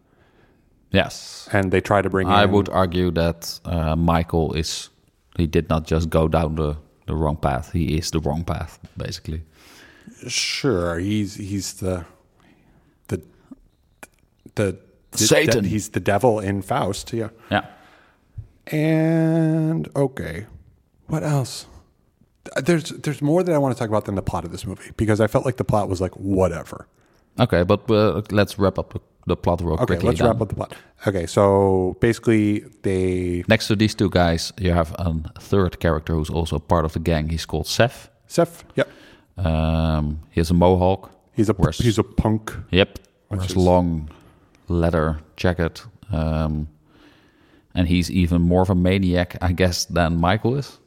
Speaker 2: yes.
Speaker 1: and they try to bring.
Speaker 2: I
Speaker 1: in,
Speaker 2: would argue that uh, Michael is, he did not just go down the, the wrong path. He is the wrong path, basically.
Speaker 1: sure he's he's the the the, the
Speaker 2: Satan.
Speaker 1: de- he's the devil in Faust. Yeah.
Speaker 2: Yeah.
Speaker 1: And okay, what else? Uh, There's there's more that I want to talk about than the plot of this movie because I felt like the plot was like whatever.
Speaker 2: Okay, but uh, let's wrap up the, the plot real
Speaker 1: Okay,
Speaker 2: quickly.
Speaker 1: let's
Speaker 2: then.
Speaker 1: wrap up the plot. Okay, so basically they
Speaker 2: Next to these two guys, you have a third character who's also part of the gang. He's called Seth.
Speaker 1: Seth, yep,
Speaker 2: Um, he has a mohawk.
Speaker 1: he's a
Speaker 2: Where's-
Speaker 1: he's a punk.
Speaker 2: Yep.
Speaker 1: Which
Speaker 2: Wears
Speaker 1: is-
Speaker 2: long leather jacket. Um, and he's even more of a maniac, I guess, than Michael is.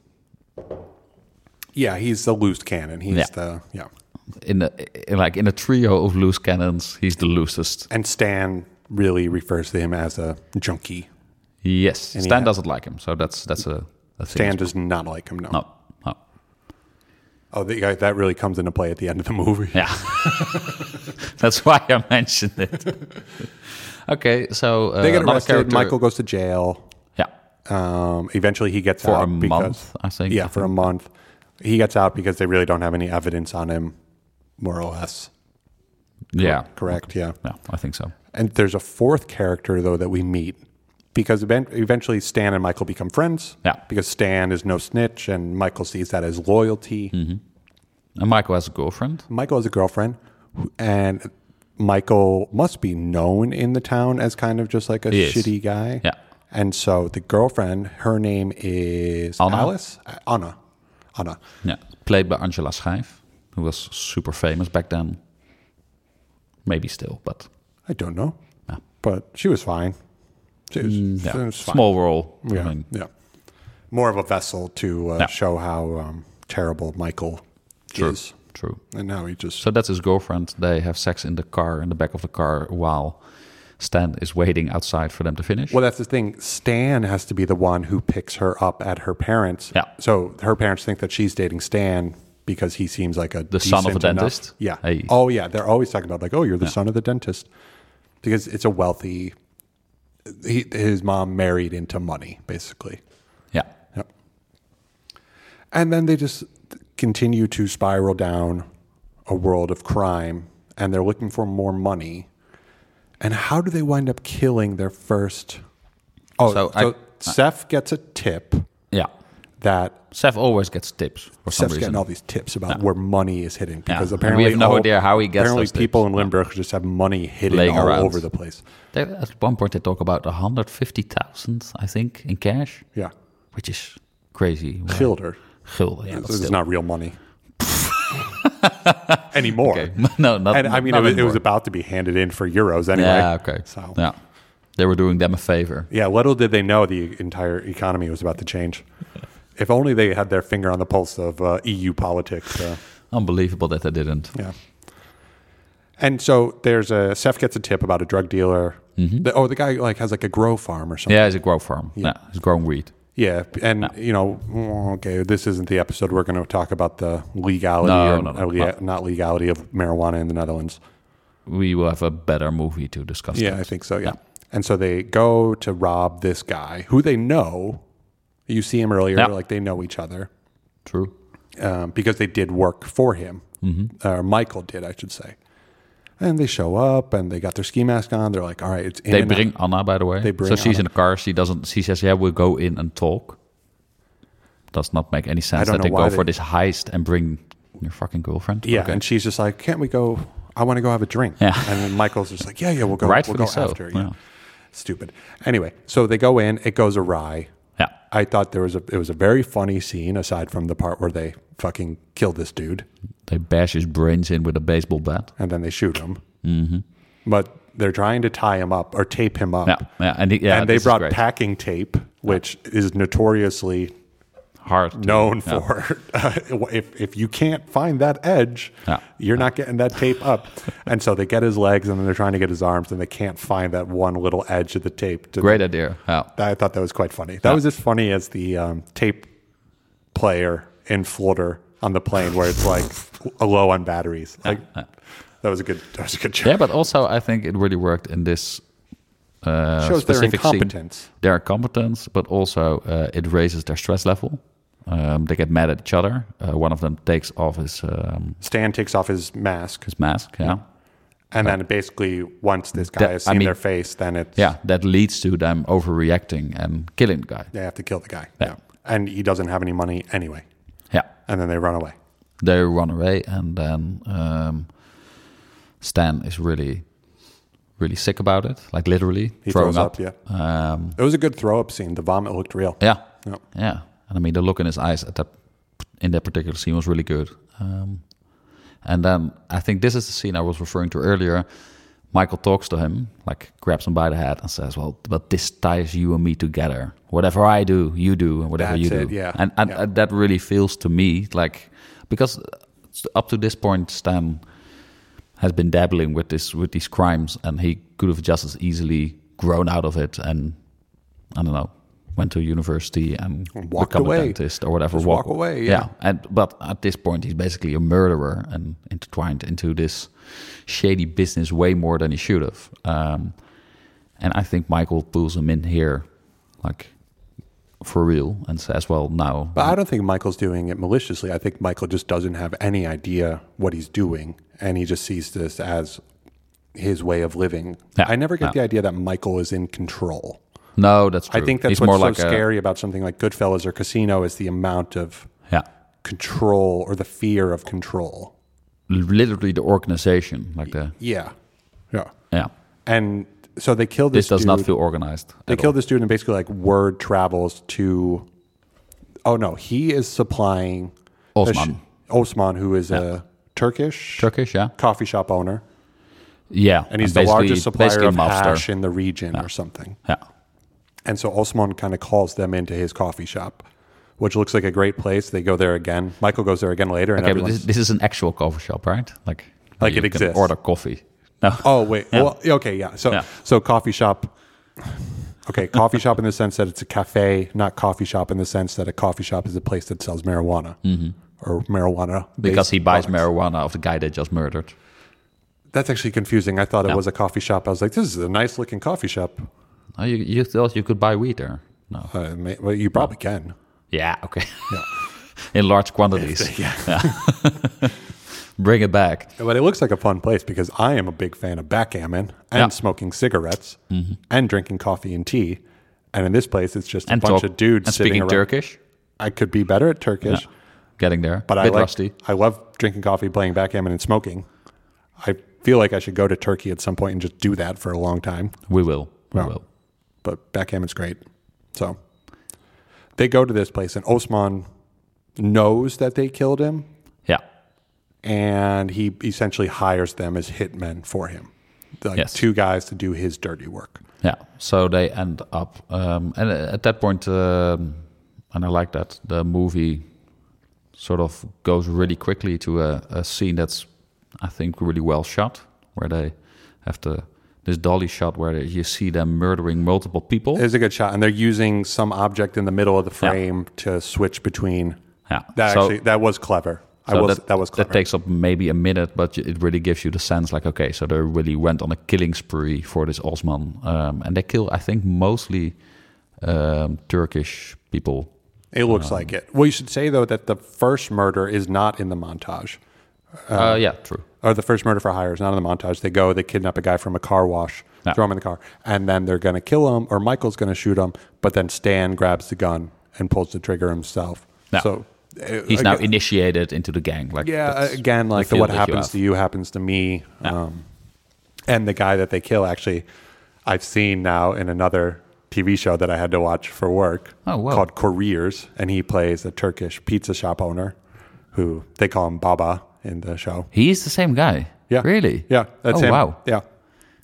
Speaker 1: Yeah, he's the loose cannon. He's
Speaker 2: Yeah.
Speaker 1: the yeah.
Speaker 2: In the in like in a trio of loose cannons, he's the loosest.
Speaker 1: And Stan really refers to him as a junkie.
Speaker 2: Yes.
Speaker 1: And he
Speaker 2: Stan
Speaker 1: ha-
Speaker 2: doesn't like him, so that's that's a, a thing.
Speaker 1: Stan does not like him. No.
Speaker 2: No. No.
Speaker 1: Oh, the, yeah, that really comes into play at the end of the movie.
Speaker 2: Yeah. That's why I mentioned it. okay, so uh,
Speaker 1: They get
Speaker 2: another
Speaker 1: arrested.
Speaker 2: character-
Speaker 1: Michael goes to jail.
Speaker 2: Yeah.
Speaker 1: Um, eventually, he gets
Speaker 2: For
Speaker 1: out
Speaker 2: a month,
Speaker 1: because,
Speaker 2: I think.
Speaker 1: Yeah, for a month, he gets out because they really don't have any evidence on him, more or less.
Speaker 2: Yeah.
Speaker 1: Correct. Yeah.
Speaker 2: Yeah, I think so.
Speaker 1: And there's a fourth character though that we meet because event- eventually Stan and Michael become friends.
Speaker 2: Yeah.
Speaker 1: Because Stan is no snitch, and Michael sees that as loyalty.
Speaker 2: Mm-hmm. And Michael has a girlfriend.
Speaker 1: Michael has a girlfriend, who- and Michael must be known in the town as kind of just like a
Speaker 2: He is.
Speaker 1: shitty guy.
Speaker 2: Yeah.
Speaker 1: And so the girlfriend, her name is
Speaker 2: Anna?
Speaker 1: Alice. Uh, Anna. Anna.
Speaker 2: Yeah, played by Angela Schijf, who was super famous back then. Maybe still, but
Speaker 1: I don't know,
Speaker 2: Yeah. Mm.
Speaker 1: but she was fine. She was,
Speaker 2: yeah,
Speaker 1: she was fine.
Speaker 2: small role. I
Speaker 1: Yeah,
Speaker 2: mean,
Speaker 1: yeah. More of a vessel to uh,
Speaker 2: Yeah.
Speaker 1: show how um, terrible Michael
Speaker 2: True.
Speaker 1: is.
Speaker 2: True.
Speaker 1: And now he just
Speaker 2: So that's his girlfriend. They have sex in the car, in the back of the car, while Stan is waiting outside for them to finish.
Speaker 1: Well, that's the thing. Stan has to be the one who picks her up at her parents.
Speaker 2: Yeah.
Speaker 1: So her parents think that she's dating Stan because he seems like a
Speaker 2: The son of a
Speaker 1: decent enough-
Speaker 2: dentist?
Speaker 1: Yeah.
Speaker 2: Hey.
Speaker 1: Oh yeah, they're always talking about like, oh, you're the son of the dentist, because it's a wealthy. He, his mom married into money, basically.
Speaker 2: Yeah.
Speaker 1: Yep. And then they just continue to spiral down a world of crime and they're looking for more money. And how do they wind up killing their first? Oh,
Speaker 2: So
Speaker 1: so,
Speaker 2: I-
Speaker 1: Seth gets a tip
Speaker 2: Yeah.
Speaker 1: that
Speaker 2: Seth always gets tips for some
Speaker 1: Seth's
Speaker 2: reason.
Speaker 1: getting all these tips about where money is hidden because
Speaker 2: And we
Speaker 1: apparently
Speaker 2: have no
Speaker 1: all-
Speaker 2: idea how he gets
Speaker 1: Apparently,
Speaker 2: those tips.
Speaker 1: people in Limburg just have money hidden
Speaker 2: Laying
Speaker 1: all
Speaker 2: around.
Speaker 1: over the place.
Speaker 2: They, at one point, they talk about 150,000, I think, in cash,
Speaker 1: Yeah,
Speaker 2: which is crazy. Well,
Speaker 1: killed her.
Speaker 2: Gulden, yeah, but
Speaker 1: This is
Speaker 2: still.
Speaker 1: not real money anymore.
Speaker 2: Okay. no, not,
Speaker 1: And I mean, it
Speaker 2: not
Speaker 1: was, it was
Speaker 2: anymore.
Speaker 1: about to be handed in for euros anyway.
Speaker 2: Yeah, okay.
Speaker 1: So, yeah.
Speaker 2: Yeah. They were doing them a favor.
Speaker 1: little did they know the entire economy was about to change. If only they had their finger on the pulse of uh, EU politics. Uh,
Speaker 2: Unbelievable that they didn't.
Speaker 1: yeah. And so there's a Seth gets a tip about a drug dealer. The, oh, the guy like has like a grow farm or something.
Speaker 2: Mm-hmm. Yeah, it's a grow farm. Yeah, it's growing weed.
Speaker 1: Yeah, and you know, mm, okay, this isn't the episode we're going to talk about the legality
Speaker 2: No,
Speaker 1: or
Speaker 2: no, no,
Speaker 1: uh, le- not legality of marijuana in the Netherlands.
Speaker 2: We will have a better movie to discuss.
Speaker 1: Yeah, I think so. Yeah. And so they go to rob this guy who they know. You see him earlier,
Speaker 2: Yeah.
Speaker 1: like they know each other
Speaker 2: True.
Speaker 1: um, because they did work for him.
Speaker 2: Mm-hmm.
Speaker 1: Or Michael did, I should say. And they show up and they got their ski mask on. They're like, all right, it's in
Speaker 2: They
Speaker 1: and out."
Speaker 2: bring Anna, by the way.
Speaker 1: They bring
Speaker 2: so she's
Speaker 1: Anna.
Speaker 2: in the car. She doesn't. She says, "Yeah, we'll go in and talk." Does not make any sense
Speaker 1: don't
Speaker 2: that
Speaker 1: know
Speaker 2: they go
Speaker 1: why
Speaker 2: for
Speaker 1: they-
Speaker 2: this heist and bring your fucking girlfriend.
Speaker 1: Yeah.
Speaker 2: Okay.
Speaker 1: And she's just like, can't we go? I want to go have a drink.
Speaker 2: Yeah.
Speaker 1: And then Michael's just like, yeah, yeah, we'll go.
Speaker 2: Rightfully
Speaker 1: we'll go
Speaker 2: so,
Speaker 1: after.
Speaker 2: yeah.
Speaker 1: Stupid. Anyway, so they go in. It goes awry.
Speaker 2: yeah.
Speaker 1: I thought there was a it was a very funny scene aside from the part where they fucking kill this dude.
Speaker 2: They bash his brains in with a baseball bat.
Speaker 1: and then they shoot him. Mm-hmm. But they're trying to tie him up or tape him up.
Speaker 2: Yeah, yeah, and, he- yeah,
Speaker 1: and they
Speaker 2: this is
Speaker 1: brought
Speaker 2: great.
Speaker 1: packing tape, which is notoriously
Speaker 2: hard to-
Speaker 1: known
Speaker 2: yeah.
Speaker 1: for. Uh, if, if you can't find that edge,
Speaker 2: Yeah.
Speaker 1: you're not getting that tape up. and so they get his legs and then they're trying to get his arms and they can't find that one little edge of the tape. To
Speaker 2: Great idea. Yeah.
Speaker 1: I thought that was quite funny. That was as funny as the um, tape player in Flutter on the plane where it's like low on batteries. Like, that was a good. That was a good joke.
Speaker 2: Yeah, but also I think it really worked in this uh,
Speaker 1: shows their
Speaker 2: specific
Speaker 1: incompetence.
Speaker 2: Scene. Their incompetence, but also uh, it raises their stress level. Um, they get mad at each other. Uh, one of them takes off his um,
Speaker 1: Stan takes off his mask,
Speaker 2: his mask. Yeah,
Speaker 1: and then basically, once this guy
Speaker 2: That-
Speaker 1: has
Speaker 2: I
Speaker 1: seen
Speaker 2: mean-
Speaker 1: their face, then it's
Speaker 2: yeah. That leads to them overreacting and killing the guy.
Speaker 1: they have to kill the guy.
Speaker 2: Yeah.
Speaker 1: and he doesn't have any money anyway,
Speaker 2: Yeah,
Speaker 1: and then they run away.
Speaker 2: they run away, and then um, Stan is really, really sick about it. Like literally
Speaker 1: He
Speaker 2: throwing
Speaker 1: throws up. Yeah,
Speaker 2: Um,
Speaker 1: it was a good throw up scene. The vomit looked real.
Speaker 2: yeah,
Speaker 1: Yeah.
Speaker 2: Yeah, and I mean the look in his eyes at that in that particular scene was really good. Um, and then I think this is the scene I was referring to earlier. Michael talks to him, like grabs him by the head and says, "Well, but this ties you and me together. Whatever I do, you do, and whatever you
Speaker 1: That's
Speaker 2: do."
Speaker 1: it, yeah.
Speaker 2: and and
Speaker 1: Yeah.
Speaker 2: uh, that really feels to me like because up to this point, Stan has been dabbling with this with these crimes, and he could have just as easily grown out of it and I don't know, went to university and
Speaker 1: Walked
Speaker 2: become a
Speaker 1: away.
Speaker 2: dentist or whatever.
Speaker 1: Just walk away, yeah.
Speaker 2: And but at this point, he's basically a murderer and intertwined into this shady business way more than he should have. Um, and I think Michael pulls him in here, like for real, and says, "Well, now,
Speaker 1: But I don't think Michael's doing it maliciously. I think Michael just doesn't have any idea what he's doing, and he just sees this as his way of living.
Speaker 2: Yeah,
Speaker 1: I never get
Speaker 2: yeah.
Speaker 1: the idea that Michael is in control.
Speaker 2: no, that's true."
Speaker 1: I think that's
Speaker 2: he's
Speaker 1: what's
Speaker 2: more
Speaker 1: so
Speaker 2: like
Speaker 1: scary about something like Goodfellas or Casino is the amount of
Speaker 2: A, yeah.
Speaker 1: control or the fear of control.
Speaker 2: Literally, the organization, like the
Speaker 1: Yeah, yeah.
Speaker 2: yeah,
Speaker 1: And so they kill this.
Speaker 2: this does
Speaker 1: dude.
Speaker 2: not feel organized.
Speaker 1: They
Speaker 2: at
Speaker 1: kill this dude, and basically, like word travels to. Oh no, he is supplying
Speaker 2: all.
Speaker 1: a sh-
Speaker 2: Osman,
Speaker 1: Osman, who is a Turkish
Speaker 2: Turkish, yeah,
Speaker 1: coffee shop owner,
Speaker 2: yeah,
Speaker 1: and he's the
Speaker 2: basically-
Speaker 1: largest supplier
Speaker 2: basically
Speaker 1: of
Speaker 2: mobster.
Speaker 1: hash in the region or something.
Speaker 2: Yeah.
Speaker 1: And so Osman kind of calls them into his coffee shop, which looks like a great place. They go there again. Michael goes there again later. And
Speaker 2: Okay, but
Speaker 1: everyone's-
Speaker 2: this, this is an actual coffee shop, right? Like,
Speaker 1: Like it
Speaker 2: you can
Speaker 1: exists.
Speaker 2: Order coffee. No.
Speaker 1: Oh wait.
Speaker 2: Yeah.
Speaker 1: Well, okay, yeah. So
Speaker 2: Yeah.
Speaker 1: so coffee shop. Okay, coffee shop in the sense that it's a cafe, not coffee shop in the sense that a coffee shop is a place that sells marijuana or marijuana.
Speaker 2: Mm-hmm. because he buys marijuana of the guy they just murdered.
Speaker 1: That's actually confusing. I thought it was a coffee shop. I was like, this is a nice looking coffee shop.
Speaker 2: Oh, you, you thought you could buy weed there? No.
Speaker 1: Uh, may- well, you probably can.
Speaker 2: Yeah, okay. In large quantities. yeah. Bring it back.
Speaker 1: But it looks like a fun place because I am a big fan of backgammon and
Speaker 2: Yeah. Mm-hmm.
Speaker 1: smoking cigarettes and drinking coffee and tea. And in this place, it's just a
Speaker 2: And
Speaker 1: bunch
Speaker 2: talk-
Speaker 1: of dudes
Speaker 2: and
Speaker 1: sitting
Speaker 2: speaking
Speaker 1: around.
Speaker 2: Turkish.
Speaker 1: I could be better at Turkish.
Speaker 2: Getting there.
Speaker 1: but
Speaker 2: Bit
Speaker 1: I like,
Speaker 2: rusty.
Speaker 1: I love drinking coffee, playing backgammon, and smoking. I feel like I should go to Turkey at some point and just do that for a long time.
Speaker 2: We will. We
Speaker 1: Wow.
Speaker 2: will.
Speaker 1: But backgammon's great. So they go to this place, and Osman knows that they killed him,
Speaker 2: Yeah.
Speaker 1: and he essentially hires them as hitmen for him. Like
Speaker 2: Yes.
Speaker 1: two guys to do his dirty work.
Speaker 2: Yeah. So they end up, um, and uh, at that point, um, and I like that the movie sort of goes really quickly to a, a scene that's, I think, really well shot, where they have the this dolly shot where you see them murdering multiple people.
Speaker 1: It's a good shot, and they're using some object in the middle of the frame to switch between.
Speaker 2: yeah.
Speaker 1: That
Speaker 2: So-
Speaker 1: actually that was clever. I
Speaker 2: so
Speaker 1: will, that, that was clever.
Speaker 2: that takes up maybe a minute, but it really gives you the sense like, okay, so they really went on a killing spree for this Osman, um, and they kill, I think, mostly um, Turkish people.
Speaker 1: It looks like
Speaker 2: Um,
Speaker 1: it. Well, you should say though that the first murder is not in the montage,
Speaker 2: Uh, yeah, true.
Speaker 1: or the first murder for hire is not in the montage. They go, they kidnap a guy from a car wash,
Speaker 2: Yeah.
Speaker 1: throw him in the car, and then they're going to kill him, or Michael's going to shoot him. But then Stan grabs the gun and pulls the trigger himself.
Speaker 2: Yeah.
Speaker 1: So uh,
Speaker 2: He's now
Speaker 1: again-
Speaker 2: initiated into the gang. Like
Speaker 1: Yeah, uh,
Speaker 2: that's
Speaker 1: again, like the
Speaker 2: feel
Speaker 1: what
Speaker 2: that you
Speaker 1: happens
Speaker 2: have.
Speaker 1: to you happens to me. Um, and the guy that they kill, actually, I've seen now in another TV show that I had to watch for work
Speaker 2: Oh, wow.
Speaker 1: called Careers. And he plays a Turkish pizza shop owner who they call him Baba in the show.
Speaker 2: He is the same guy.
Speaker 1: Yeah.
Speaker 2: Really?
Speaker 1: Yeah. That's
Speaker 2: oh,
Speaker 1: him.
Speaker 2: wow.
Speaker 1: Yeah.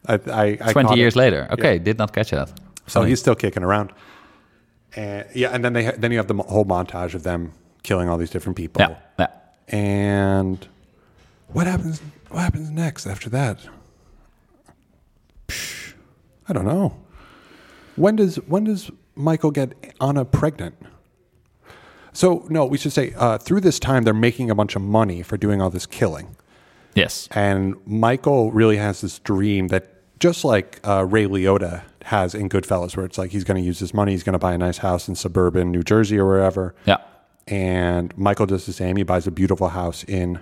Speaker 1: I, I, I caught
Speaker 2: 20
Speaker 1: it.
Speaker 2: years later. Okay, did not catch that.
Speaker 1: So he's still kicking around. And yeah. And then they, ha- then you have the mo- whole montage of them killing all these different people.
Speaker 2: Yeah. yeah.
Speaker 1: And what happens? What happens next after that? Psh, I don't know. When does when does Michael get Anna pregnant? So no, we should say uh, through this time they're making a bunch of money for doing all this killing,
Speaker 2: Yes.
Speaker 1: and Michael really has this dream that just like uh, Ray Liotta has in Goodfellas, where it's like he's going to use this money, he's going to buy a nice house in suburban New Jersey or wherever,
Speaker 2: Yeah.
Speaker 1: and Michael does the same. He buys a beautiful house in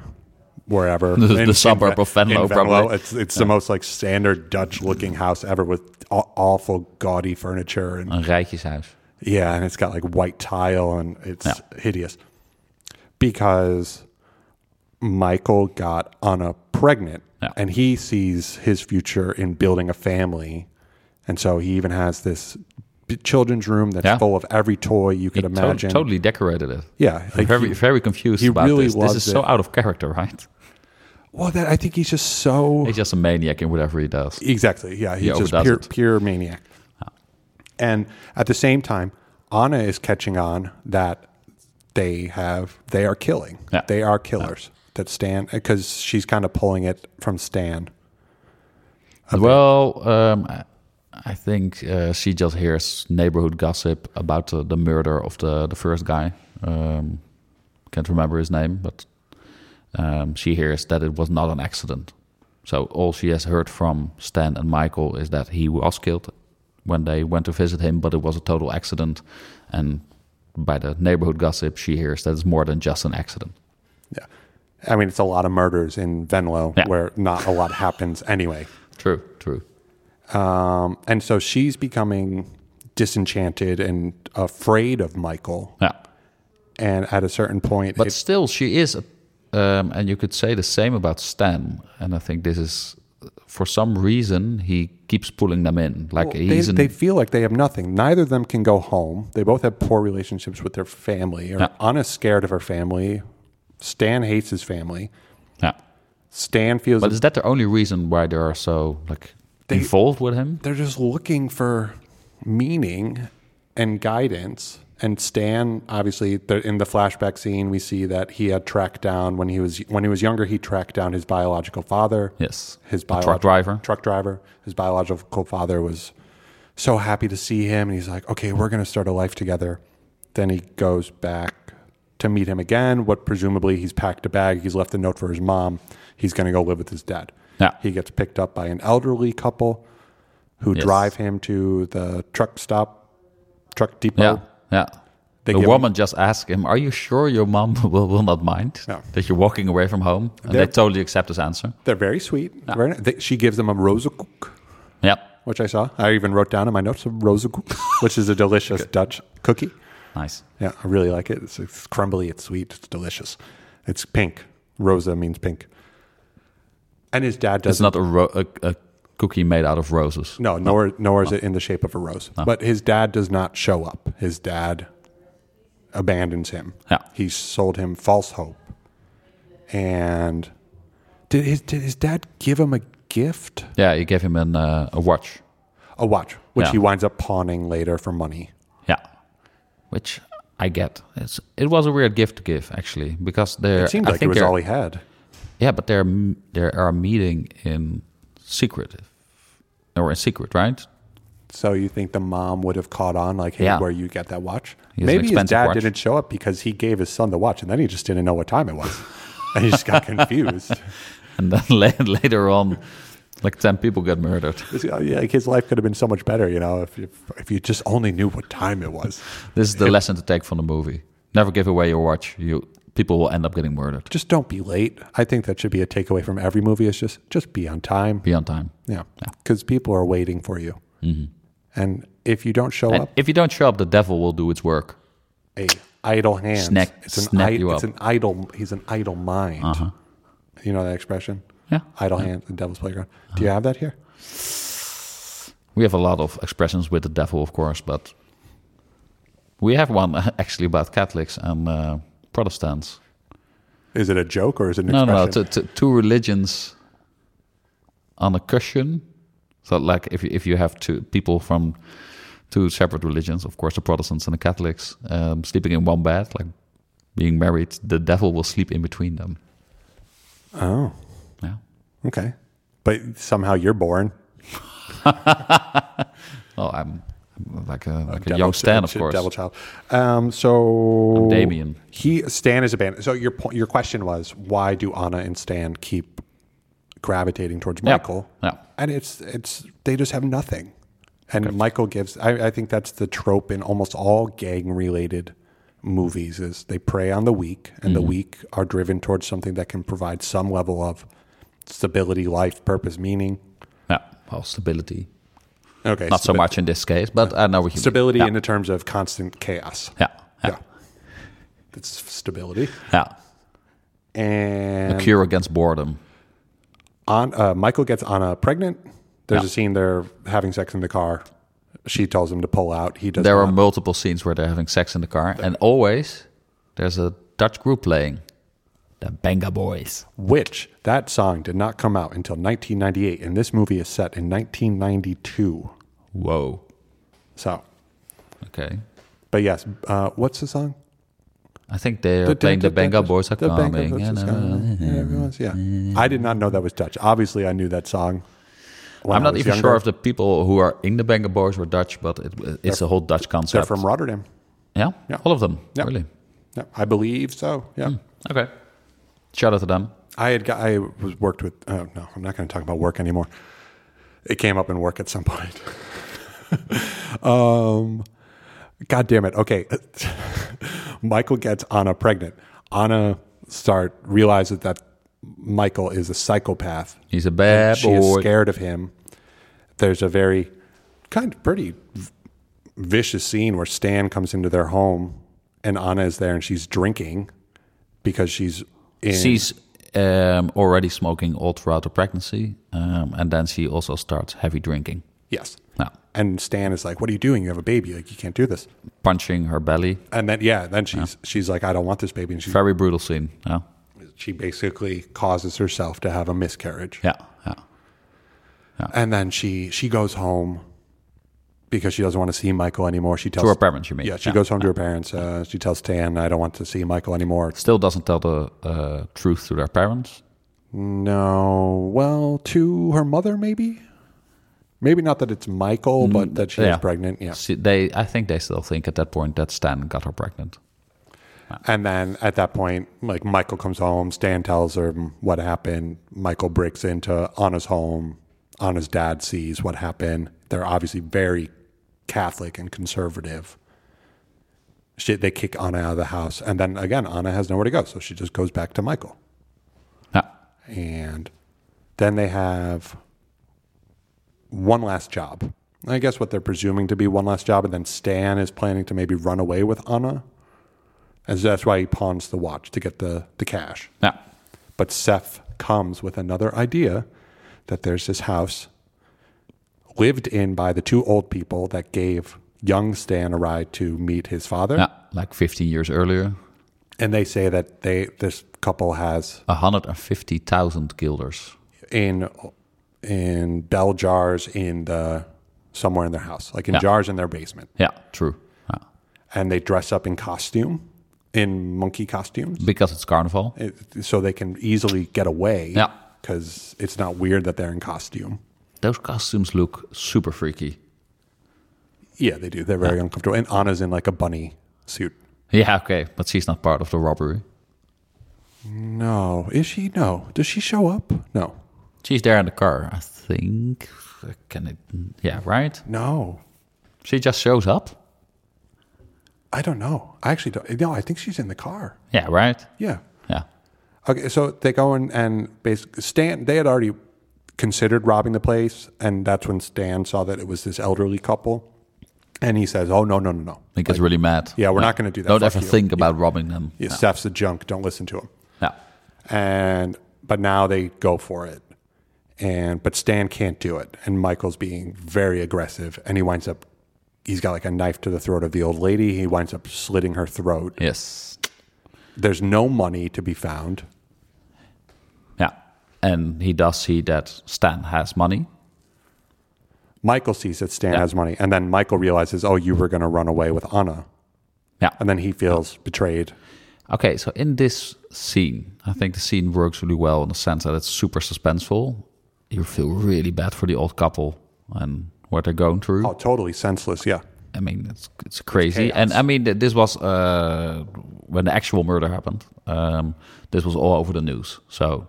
Speaker 1: wherever
Speaker 2: The-
Speaker 1: In-
Speaker 2: the suburb
Speaker 1: in-
Speaker 2: of Venlo,
Speaker 1: in
Speaker 2: probably.
Speaker 1: It's it's the most like standard Dutch looking house ever with aw- awful gaudy furniture and
Speaker 2: Een rijtjeshuis.
Speaker 1: yeah, and it's got like white tile and it's
Speaker 2: Yeah.
Speaker 1: hideous because Michael got Anna pregnant
Speaker 2: Yeah.
Speaker 1: and he sees his future in building a family, and so he even has this. b- Children's room that's
Speaker 2: Yeah.
Speaker 1: full of every toy you could
Speaker 2: To-
Speaker 1: imagine.
Speaker 2: totally decorated it.
Speaker 1: Yeah, like
Speaker 2: very,
Speaker 1: he-
Speaker 2: very confused
Speaker 1: he
Speaker 2: about
Speaker 1: really
Speaker 2: this. This is
Speaker 1: loves
Speaker 2: so
Speaker 1: it.
Speaker 2: out of character, right?
Speaker 1: Well, that I think he's just so
Speaker 2: He's just a maniac in whatever he does.
Speaker 1: exactly. Yeah, he's
Speaker 2: He
Speaker 1: just
Speaker 2: overdoes
Speaker 1: pure,
Speaker 2: it.
Speaker 1: pure maniac. And at the same time, Anna is catching on that they have they are killing.
Speaker 2: Yeah.
Speaker 1: They are killers. That Stan because she's kind of pulling it from Stan.
Speaker 2: Well, um, I- I think uh, she just hears neighborhood gossip about the, the murder of the, the first guy. Um, can't remember his name, but um, she hears that it was not an accident. So all she has heard from Stan and Michael is that he was killed when they went to visit him, but it was a total accident. And by the neighborhood gossip, she hears that it's more than just an accident.
Speaker 1: Yeah. I mean, it's a lot of murders in Venlo
Speaker 2: Yeah.
Speaker 1: where not a lot happens anyway.
Speaker 2: True, true.
Speaker 1: Um, and so she's becoming disenchanted and afraid of Michael.
Speaker 2: Yeah.
Speaker 1: And at a certain point,
Speaker 2: But
Speaker 1: it-
Speaker 2: still, she is, a- um, and you could say the same about Stan. And I think this is, for some reason, he keeps pulling them in. Like
Speaker 1: Well, they,
Speaker 2: he's an,
Speaker 1: they feel like they have nothing. Neither of them can go home. They both have poor relationships with their family. Or
Speaker 2: Yeah.
Speaker 1: Anna's scared of her family. Stan hates his family.
Speaker 2: yeah.
Speaker 1: Stan feels
Speaker 2: But is that the only reason why they are so like involved with him?
Speaker 1: they're just looking for meaning and guidance. and Stan, obviously, the, in the flashback scene, we see that he had tracked down when he was when he was younger. He tracked down his biological father.
Speaker 2: Yes.
Speaker 1: his
Speaker 2: truck
Speaker 1: biological
Speaker 2: driver.
Speaker 1: Truck driver. His biological father was so happy to see him, and he's like, "Okay, we're going to start a life together." Then he goes back to meet him again. What presumably he's packed a bag. He's left a note for his mom. He's going to go live with his dad.
Speaker 2: Yeah.
Speaker 1: He gets picked up by an elderly couple who
Speaker 2: Yes.
Speaker 1: drive him to the truck stop, truck depot.
Speaker 2: Yeah, yeah.
Speaker 1: They
Speaker 2: the
Speaker 1: give
Speaker 2: woman just asked him, "Are you sure your mom will, will not mind
Speaker 1: Yeah.
Speaker 2: that you're walking away from home?" And
Speaker 1: They're-
Speaker 2: they totally accept his answer.
Speaker 1: They're very sweet. Very ni- they, she gives them a rosekoek,
Speaker 2: Yep,
Speaker 1: which I saw. I even wrote down in my notes a rosekoek, which is a delicious Dutch cookie.
Speaker 2: nice.
Speaker 1: Yeah, I really like it. It's, it's crumbly, it's sweet, it's delicious. It's pink. Rosa means pink. And his dad
Speaker 2: It's
Speaker 1: doesn't.
Speaker 2: not a, ro- a, a cookie made out of roses.
Speaker 1: no, nor nor is it in the shape of a rose. But his dad does not show up. His dad abandons him.
Speaker 2: Yeah.
Speaker 1: He sold him false hope. And did his did his dad give him a gift?
Speaker 2: Yeah, he gave him an, uh, a watch.
Speaker 1: a watch, which
Speaker 2: Yeah.
Speaker 1: he winds up pawning later for money.
Speaker 2: Yeah, which I get. It's, it was a weird gift to give actually because they're.
Speaker 1: It seemed
Speaker 2: I
Speaker 1: like it
Speaker 2: think
Speaker 1: was
Speaker 2: they're-
Speaker 1: all he had.
Speaker 2: Yeah, but they're m- they are meeting in secret, or in secret, right?
Speaker 1: So you think the mom would have caught on, like, hey,
Speaker 2: Yeah.
Speaker 1: where you get that watch?
Speaker 2: has an
Speaker 1: Maybe his
Speaker 2: expensive
Speaker 1: dad
Speaker 2: watch.
Speaker 1: didn't show up because he gave his son the watch, and then he just didn't know what time it was, and he just got confused.
Speaker 2: And then la- later on, like ten people get murdered.
Speaker 1: It's, uh, yeah, like his life could have been so much better, you know, if, if if you just only knew what time it was.
Speaker 2: This is the lesson to take from the movie. Never give away your watch. You people will end up getting murdered.
Speaker 1: Just don't be late. I think that should be a takeaway from every movie. Is just just be on time.
Speaker 2: Be on time.
Speaker 1: Yeah, because people are waiting for you, and if you don't show
Speaker 2: Mm-hmm. And
Speaker 1: up,
Speaker 2: if you don't show up, the devil will do its work.
Speaker 1: a idle hand.
Speaker 2: Snack-
Speaker 1: it's an
Speaker 2: snap
Speaker 1: id-
Speaker 2: you
Speaker 1: It's
Speaker 2: up. Uh-huh.
Speaker 1: an idle. He's an idle mind. You know that expression?
Speaker 2: Yeah,
Speaker 1: Idle hand, the devil's playground. Do you have that here?
Speaker 2: we have a lot of expressions with the devil, of course, but we have one actually about Catholics and uh, Protestants.
Speaker 1: Is it a joke or is it an
Speaker 2: No, no, no.
Speaker 1: expression?
Speaker 2: T- t- two religions on a cushion. So, like, if you, if you have two people from two separate religions, of course, the Protestants and the Catholics, um, sleeping in one bed, like being married, the devil will sleep in between them.
Speaker 1: oh,
Speaker 2: Yeah.
Speaker 1: okay. But somehow you're born.
Speaker 2: Oh, I'm, I'm like a, like a
Speaker 1: Devil
Speaker 2: young
Speaker 1: ch-
Speaker 2: Stan, of
Speaker 1: ch-
Speaker 2: course.
Speaker 1: Devil child. Um, so
Speaker 2: I'm Damien.
Speaker 1: He Stan is abandoned. So your po- your question was why do Anna and Stan keep gravitating towards
Speaker 2: Yeah.
Speaker 1: Michael?
Speaker 2: Yeah.
Speaker 1: and it's it's they just have nothing and michael gives I, I think that's the trope in almost all gang related movies is they prey on the weak and
Speaker 2: Mm-hmm.
Speaker 1: the weak are driven towards something that can provide some level of stability life purpose meaning
Speaker 2: Yeah. Well, stability.
Speaker 1: okay
Speaker 2: Not so much in this case, but I know what you mean.
Speaker 1: stability
Speaker 2: Yeah.
Speaker 1: in the terms of constant chaos
Speaker 2: yeah. Yeah.
Speaker 1: yeah that's stability
Speaker 2: Yeah.
Speaker 1: and
Speaker 2: A cure against boredom.
Speaker 1: on uh, Michael gets Anna pregnant. There's
Speaker 2: Yeah.
Speaker 1: a scene they're having sex in the car. She tells him to pull out. He does.
Speaker 2: There
Speaker 1: not.
Speaker 2: are multiple scenes where they're having sex in the car, and always there's a Dutch group playing, the Benga Boys.
Speaker 1: which that song did not come out until 1998 and this movie is set in 1992
Speaker 2: Whoa.
Speaker 1: so
Speaker 2: Okay.
Speaker 1: but yes uh, what's the song
Speaker 2: I think they're playing the Benga Boys are
Speaker 1: The Benga
Speaker 2: coming.
Speaker 1: Boys
Speaker 2: and,
Speaker 1: is
Speaker 2: uh,
Speaker 1: coming. Yeah, everyone's- yeah i did not know that was dutch obviously i knew that song when
Speaker 2: I'm
Speaker 1: I
Speaker 2: not
Speaker 1: was
Speaker 2: even
Speaker 1: younger.
Speaker 2: sure if the people who are in the Benga Boys were Dutch, but it, it's a whole Dutch
Speaker 1: they're
Speaker 2: concept.
Speaker 1: from rotterdam
Speaker 2: yeah?
Speaker 1: Yeah.
Speaker 2: all of them.
Speaker 1: Yeah.
Speaker 2: Really?
Speaker 1: yeah, i believe so yeah
Speaker 2: Hmm. Okay. Shout out to them.
Speaker 1: I had got, I was worked with. Oh no, I'm not going to talk about work anymore. It came up in work at some point. um, God damn it. Okay, Michael gets Anna pregnant. Anna start realizes that Michael is a psychopath.
Speaker 2: He's a bad
Speaker 1: she is
Speaker 2: boy.
Speaker 1: scared of him. There's a very kind of pretty v- vicious scene where Stan comes into their home and Anna is there and she's drinking because she's in
Speaker 2: She's um, already smoking all throughout her pregnancy, um, and then she also starts heavy drinking.
Speaker 1: yes.
Speaker 2: Now,
Speaker 1: And Stan is like, "What are you doing? You have a baby. Like you can't do this."
Speaker 2: punching her belly.
Speaker 1: And then yeah, then she's she's like, "I don't want this baby," and she
Speaker 2: Very brutal scene. Yeah.
Speaker 1: she basically causes herself to have a miscarriage.
Speaker 2: Yeah. Yeah.
Speaker 1: And then she she goes home because she doesn't want to see Michael anymore. She tells
Speaker 2: To her parents, you mean?
Speaker 1: Yeah, she goes home to her parents. Uh, she tells Tan, "I don't want to see Michael anymore."
Speaker 2: Still doesn't tell the uh, truth to their parents.
Speaker 1: No, well, to her mother, maybe. Maybe not that it's Michael, but that she
Speaker 2: Mm, yeah.
Speaker 1: is pregnant. Yeah.
Speaker 2: She, they, I think they still think at that point that Stan got her pregnant.
Speaker 1: And then at that point, like Michael comes home, Stan tells her what happened. Michael breaks into Anna's home. Anna's dad sees what happened. They're obviously very Catholic and conservative. She, they kick Anna out of the house. And then again, Anna has nowhere to go. So she just goes back to Michael.
Speaker 2: Yeah.
Speaker 1: And then they have one last job. I guess what they're presuming to be one last job. And then Stan is planning to maybe run away with Anna. And so that's why he pawns the watch to get the, the cash.
Speaker 2: Yeah.
Speaker 1: But Seth comes with another idea that there's this house lived in by the two old people that gave young Stan a ride to meet his father.
Speaker 2: Yeah. Like 15 years earlier,
Speaker 1: And they say that they this couple has
Speaker 2: 150,000 guilders.
Speaker 1: in in bell jars in the somewhere in their house, like in
Speaker 2: Yeah.
Speaker 1: jars in their basement.
Speaker 2: Yeah, true. Yeah.
Speaker 1: And they dress up in costume, in monkey costumes.
Speaker 2: Because it's carnival.
Speaker 1: it, so they can easily get away.
Speaker 2: Yeah.
Speaker 1: Because it's not weird that they're in costume.
Speaker 2: Those costumes look super freaky.
Speaker 1: Yeah, they do. They're very uncomfortable. And Anna's in like a bunny suit.
Speaker 2: Yeah, okay, but she's not part of the robbery.
Speaker 1: No, is she? No. Does she show up? No.
Speaker 2: She's there in the car, I think. Can it? Yeah, right.
Speaker 1: No.
Speaker 2: She just shows up.
Speaker 1: I don't know. I actually don't. No, I think she's in the car.
Speaker 2: Yeah, right.
Speaker 1: Yeah.
Speaker 2: Yeah,
Speaker 1: Okay, so they go in and basically Stan. They had already considered robbing the place, and that's when Stan saw that it was this elderly couple, and he says, "Oh no, no, no, no!
Speaker 2: he gets really mad.
Speaker 1: Yeah, we're not gonna do that.
Speaker 2: Don't
Speaker 1: Fuck
Speaker 2: ever
Speaker 1: you.
Speaker 2: think about robbing them.
Speaker 1: Yeah, Steph's a junk. Don't listen to him."
Speaker 2: Yeah.
Speaker 1: and but now they go for it and but stan can't do it and michael's being very aggressive and he winds up he's got like a knife to the throat of the old lady he winds up slitting her throat
Speaker 2: Yes.
Speaker 1: there's no money to be found
Speaker 2: Yeah. And he does see that Stan has money.
Speaker 1: michael sees that stan
Speaker 2: Yeah.
Speaker 1: has money and then michael realizes oh you were going to run away with anna
Speaker 2: Yeah.
Speaker 1: and then he feels betrayed
Speaker 2: Okay, so in this scene, I think the scene works really well in the sense that it's super suspenseful. You feel really bad for the old couple and what they're going through.
Speaker 1: oh totally senseless yeah
Speaker 2: I mean, it's it's crazy. and I mean, th- this was uh, when the actual murder happened. Um, this was all over the news. So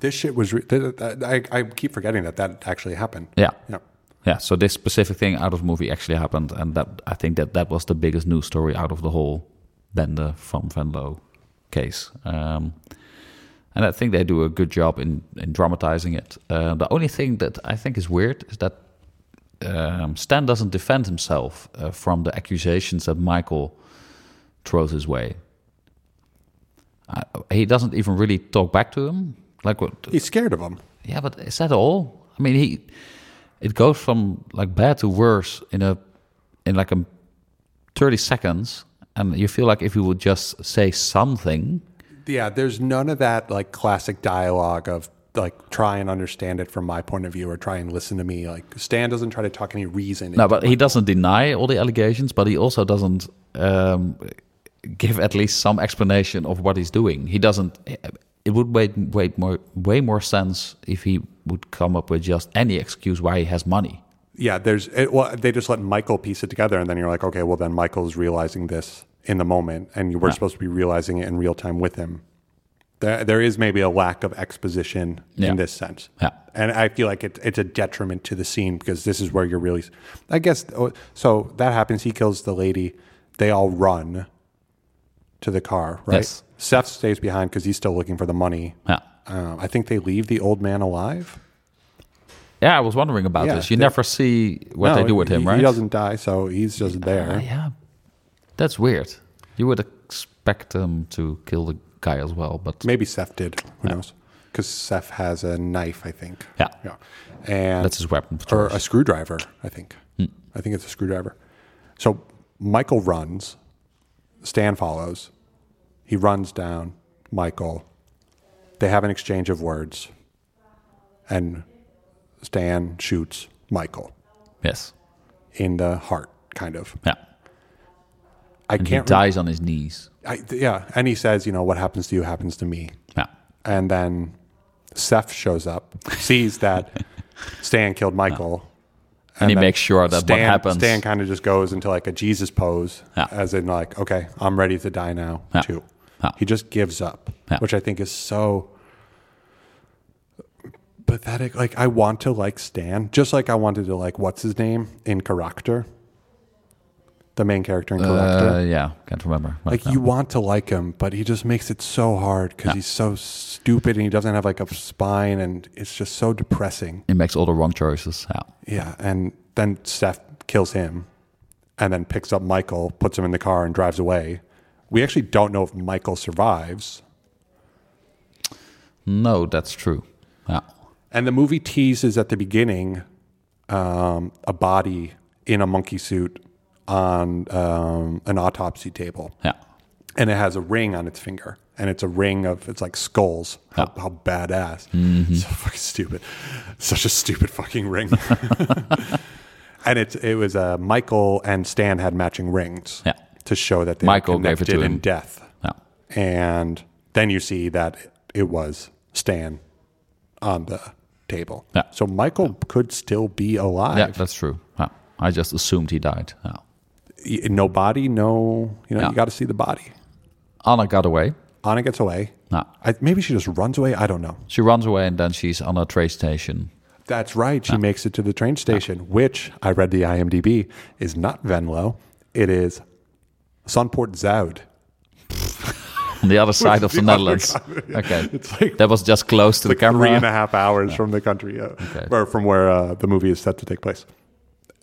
Speaker 1: this shit was re- th- th- I, I keep forgetting that that actually happened
Speaker 2: yeah,
Speaker 1: yeah
Speaker 2: yeah. So this specific thing out of the movie actually happened, and that I think that that was the biggest news story out of the whole Bender from Van Loo case. Um, and I think they do a good job in in dramatizing it. Uh, the only thing that I think is weird is that um, Stan doesn't defend himself uh, from the accusations that Michael throws his way. I, he doesn't even really talk back to him. Like, what,
Speaker 1: he's scared of him
Speaker 2: yeah, but is that all? I mean, he it goes from like bad to worse in a in like a thirty seconds, and you feel like if you would just say something,
Speaker 1: Yeah, there's none of that like classic dialogue of like try and understand it from my point of view or try and listen to me. Like Stan doesn't try to talk any reason.
Speaker 2: No, but he doesn't deny all the allegations, but he also doesn't um, give at least some explanation of what he's doing. He doesn't. It would make wait more way more sense if he would come up with just any excuse why he has money.
Speaker 1: yeah, there's it, well they just let Michael piece it together and then you're like, okay, well then Michael's realizing this in the moment and you were supposed to be realizing it in real time with him. There, there is maybe a lack of exposition
Speaker 2: Yeah.
Speaker 1: in this sense.
Speaker 2: Yeah.
Speaker 1: And I feel like it, it's a detriment to the scene because this is where you're really. I guess oh, so. That happens. He kills the lady. They all run to the car, right?
Speaker 2: Yes.
Speaker 1: Seth stays behind because he's still looking for the money.
Speaker 2: Yeah,
Speaker 1: Um, I think they leave the old man alive.
Speaker 2: yeah. I was wondering about
Speaker 1: Yeah,
Speaker 2: this. You
Speaker 1: they-
Speaker 2: never see what
Speaker 1: No,
Speaker 2: they do with
Speaker 1: he-
Speaker 2: him, right?
Speaker 1: He doesn't die, so he's just
Speaker 2: Ah,
Speaker 1: there.
Speaker 2: yeah, that's weird. You would expect him to kill the guy as well, but
Speaker 1: Maybe Seth did. Who knows? Because Seth has a knife, I think.
Speaker 2: Yeah.
Speaker 1: Yeah. And
Speaker 2: that's his weapon. of
Speaker 1: or
Speaker 2: choice.
Speaker 1: a screwdriver, I think.
Speaker 2: Hmm.
Speaker 1: I think it's a screwdriver. So Michael runs, Stan follows. He runs down Michael. They have an exchange of words, and Stan shoots Michael.
Speaker 2: Yes.
Speaker 1: in the heart, kind of.
Speaker 2: Yeah.
Speaker 1: I
Speaker 2: And he
Speaker 1: can't.
Speaker 2: dies on his knees.
Speaker 1: I, yeah, and he says, you know, what happens to you happens to me.
Speaker 2: Yeah.
Speaker 1: And then Seth shows up, sees that Stan killed Michael.
Speaker 2: And, he
Speaker 1: then
Speaker 2: makes sure that
Speaker 1: Stan,
Speaker 2: what happens.
Speaker 1: Stan kind of just goes into like a Jesus pose,
Speaker 2: Yeah.
Speaker 1: as in like, okay, I'm ready to die now
Speaker 2: Yeah.
Speaker 1: too.
Speaker 2: Yeah.
Speaker 1: He just gives up,
Speaker 2: Yeah.
Speaker 1: which I think is so pathetic. Like I want to like Stan, just like I wanted to like what's his name in Character, the main character in Character.
Speaker 2: uh, yeah, can't remember. right
Speaker 1: Like
Speaker 2: now.
Speaker 1: you want to like him, but he just makes it so hard because he's so stupid and he doesn't have like a spine, and it's just so depressing.
Speaker 2: He makes all the wrong choices. Yeah.
Speaker 1: Yeah, and then Steph kills him, and then picks up Michael, puts him in the car, and drives away. We actually don't know if Michael survives,
Speaker 2: No, that's true. Yeah.
Speaker 1: and the movie teases at the beginning um, a body in a monkey suit on um, an autopsy table.
Speaker 2: Yeah.
Speaker 1: and it has a ring on its finger and it's a ring of it's like skulls how, how badass
Speaker 2: Mm-hmm.
Speaker 1: so fucking stupid such a stupid fucking ring and it's it was uh, michael and stan had matching rings
Speaker 2: Yeah.
Speaker 1: to show that they
Speaker 2: Michael
Speaker 1: michael
Speaker 2: gave it
Speaker 1: connected
Speaker 2: to
Speaker 1: in
Speaker 2: him.
Speaker 1: death
Speaker 2: Yeah.
Speaker 1: and then you see that it was stan on the table
Speaker 2: Yeah.
Speaker 1: so michael could still be
Speaker 2: Yeah,
Speaker 1: alive
Speaker 2: that's true. Yeah. I just assumed he died. Yeah.
Speaker 1: Y- no body no you know
Speaker 2: Yeah.
Speaker 1: you got to see the body
Speaker 2: Anna got away.
Speaker 1: anna gets away
Speaker 2: Yeah.
Speaker 1: I, maybe she just runs away i don't know
Speaker 2: She runs away and then she's on a train station.
Speaker 1: That's right. She makes it to the train station, which I read the IMDb is not Venlo. It is Sunport Zuid.
Speaker 2: On the other side of the, Netherlands. Okay. that was just close to the camera.
Speaker 1: Three and a half hours from the country, uh, or from where uh, the movie is set to take place.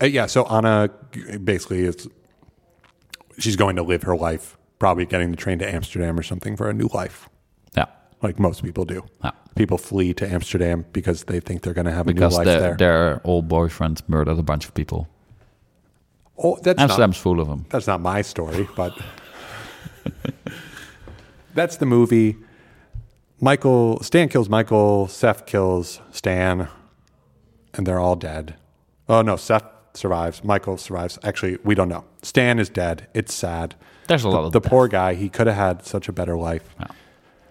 Speaker 1: Uh, yeah, so Anna g- basically is she's going to live her life, probably getting the train to Amsterdam or something for a new life,
Speaker 2: yeah.
Speaker 1: like most people do.
Speaker 2: Yeah.
Speaker 1: People flee to Amsterdam because they think they're going to have a new
Speaker 2: Because
Speaker 1: life
Speaker 2: their,
Speaker 1: there.
Speaker 2: their old boyfriend murdered a bunch of people.
Speaker 1: oh, that's not
Speaker 2: Amsterdam's full of them.
Speaker 1: That's not my story, but that's the movie. Michael Stan kills Michael, Seth kills Stan, and they're all dead. Oh no, Seth survives, Michael survives. Actually, we don't know. Stan is dead. It's sad.
Speaker 2: There's a lot
Speaker 1: The,
Speaker 2: of
Speaker 1: poor guy, he could have had such a better life.